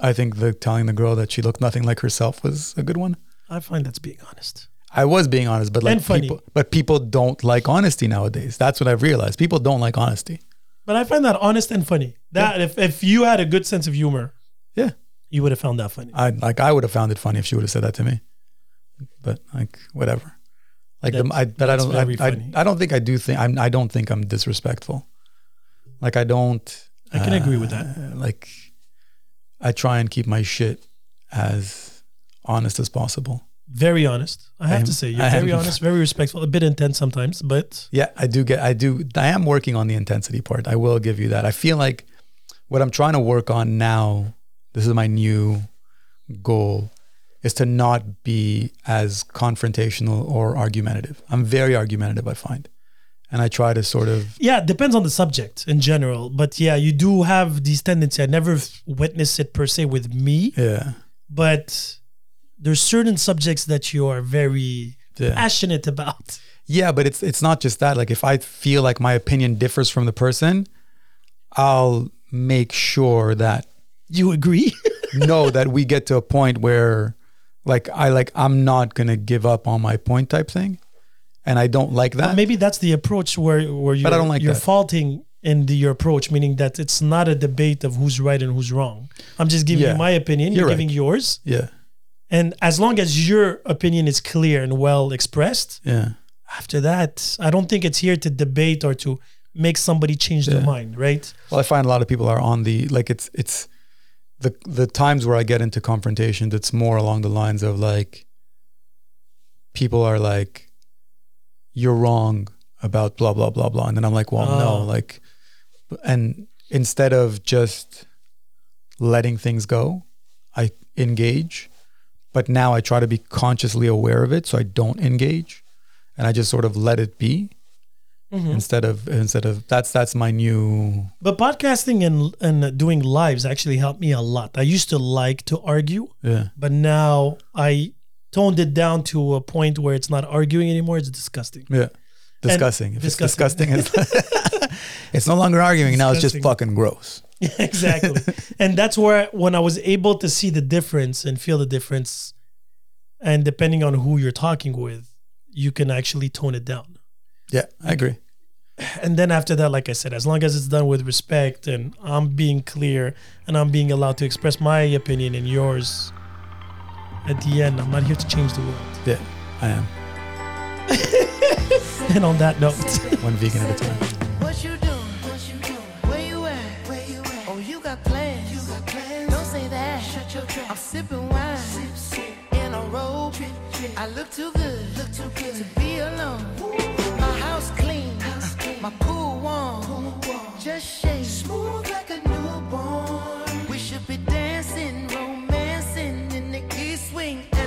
Speaker 2: I think the telling the girl that she looked nothing like herself was a good one.
Speaker 3: I find that's being honest.
Speaker 2: I was being honest, but like
Speaker 3: And funny.
Speaker 2: people, but people don't like honesty nowadays. That's what I've realized. People don't like honesty.
Speaker 3: But I find that honest and funny. That if, if you had a good sense of humor,
Speaker 2: Yeah,
Speaker 3: you would have found that funny.
Speaker 2: I like I would have found it funny if she would have said that to me, but like whatever. Like the,
Speaker 3: That's-
Speaker 2: I, but I
Speaker 3: that's
Speaker 2: don't. I,
Speaker 3: very funny.
Speaker 2: I, I don't think I do think I'm. I don't think I'm disrespectful. Like I don't.
Speaker 3: I can agree with
Speaker 2: uh,
Speaker 3: that.
Speaker 2: Like I try and keep my shit as honest as possible.
Speaker 3: Very honest. I have
Speaker 2: am-
Speaker 3: to say, you're
Speaker 2: I am-
Speaker 3: very honest, very respectful, a bit intense sometimes, but
Speaker 2: Yeah, I do get I do I am working on the intensity part. I will give you that. I feel like what I'm trying to work on now, this is my new goal is to not be as confrontational or argumentative. I'm very argumentative, I find. And I try to sort of
Speaker 3: yeah, it depends on the subject in general. But yeah, you do have these tendency. I never f- witnessed it per se with me,
Speaker 2: yeah.
Speaker 3: but there's certain subjects that you are very
Speaker 2: Yeah.
Speaker 3: passionate about.
Speaker 2: Yeah, but it's it's not just that. Like if I feel like my opinion differs from the person, I'll make sure that
Speaker 3: You agree?
Speaker 2: know that we get to a point where like I like I'm not gonna give up on my point type thing. And I don't like that.
Speaker 3: Maybe that's the approach where where you
Speaker 2: But I don't like
Speaker 3: you're
Speaker 2: that.
Speaker 3: faulting in the, your approach, meaning that it's not a debate of who's right and who's wrong. I'm just giving
Speaker 2: Yeah.
Speaker 3: you my opinion. You're,
Speaker 2: You're right.
Speaker 3: giving yours,
Speaker 2: yeah.
Speaker 3: and as long as your opinion is clear and well expressed,
Speaker 2: Yeah.
Speaker 3: after that, I don't think it's here to debate or to make somebody change their mind. Right?
Speaker 2: Well I find a lot of people are on the like it's it's the the times where I get into confrontations, it's more along the lines of like people are like, You're wrong about blah blah blah blah. And then I'm like, Well
Speaker 3: Oh.
Speaker 2: no, like and instead of just letting things go, I engage. But now I try to be consciously aware of it so I don't engage and I just sort of let it be. Instead of instead of that's that's my new
Speaker 3: But podcasting and and doing lives actually helped me a lot. I used to like to argue,
Speaker 2: yeah.
Speaker 3: but now I toned it down to a point where it's not arguing anymore. It's disgusting.
Speaker 2: Yeah. Disgusting. if
Speaker 3: disgusting.
Speaker 2: it's disgusting, it's, it's no longer arguing. Now it's just
Speaker 3: Disgusting.
Speaker 2: fucking gross.
Speaker 3: exactly and that's where when i was able to see the difference and feel the difference and depending on who you're talking with you can actually tone it down
Speaker 2: Yeah, I agree.
Speaker 3: and then after that like i said as long as it's done with respect and i'm being clear and i'm being allowed to express my opinion and yours at the end i'm not here to change the world
Speaker 2: Yeah, I am.
Speaker 3: and on that note
Speaker 2: One vegan at a time.
Speaker 1: What you doing? What you doing? Where you at? Where you at? Oh, you got plans. You got plans. Don't say that. Shut your trap. I'm sipping wine. Sip, sip. In a robe. Trip, trip. I look too good. Look too good to be alone. My house clean. House clean. My pool warm. Pool warm. Just shake. Smooth like a newborn. We should be dancing, romancing in the east wing.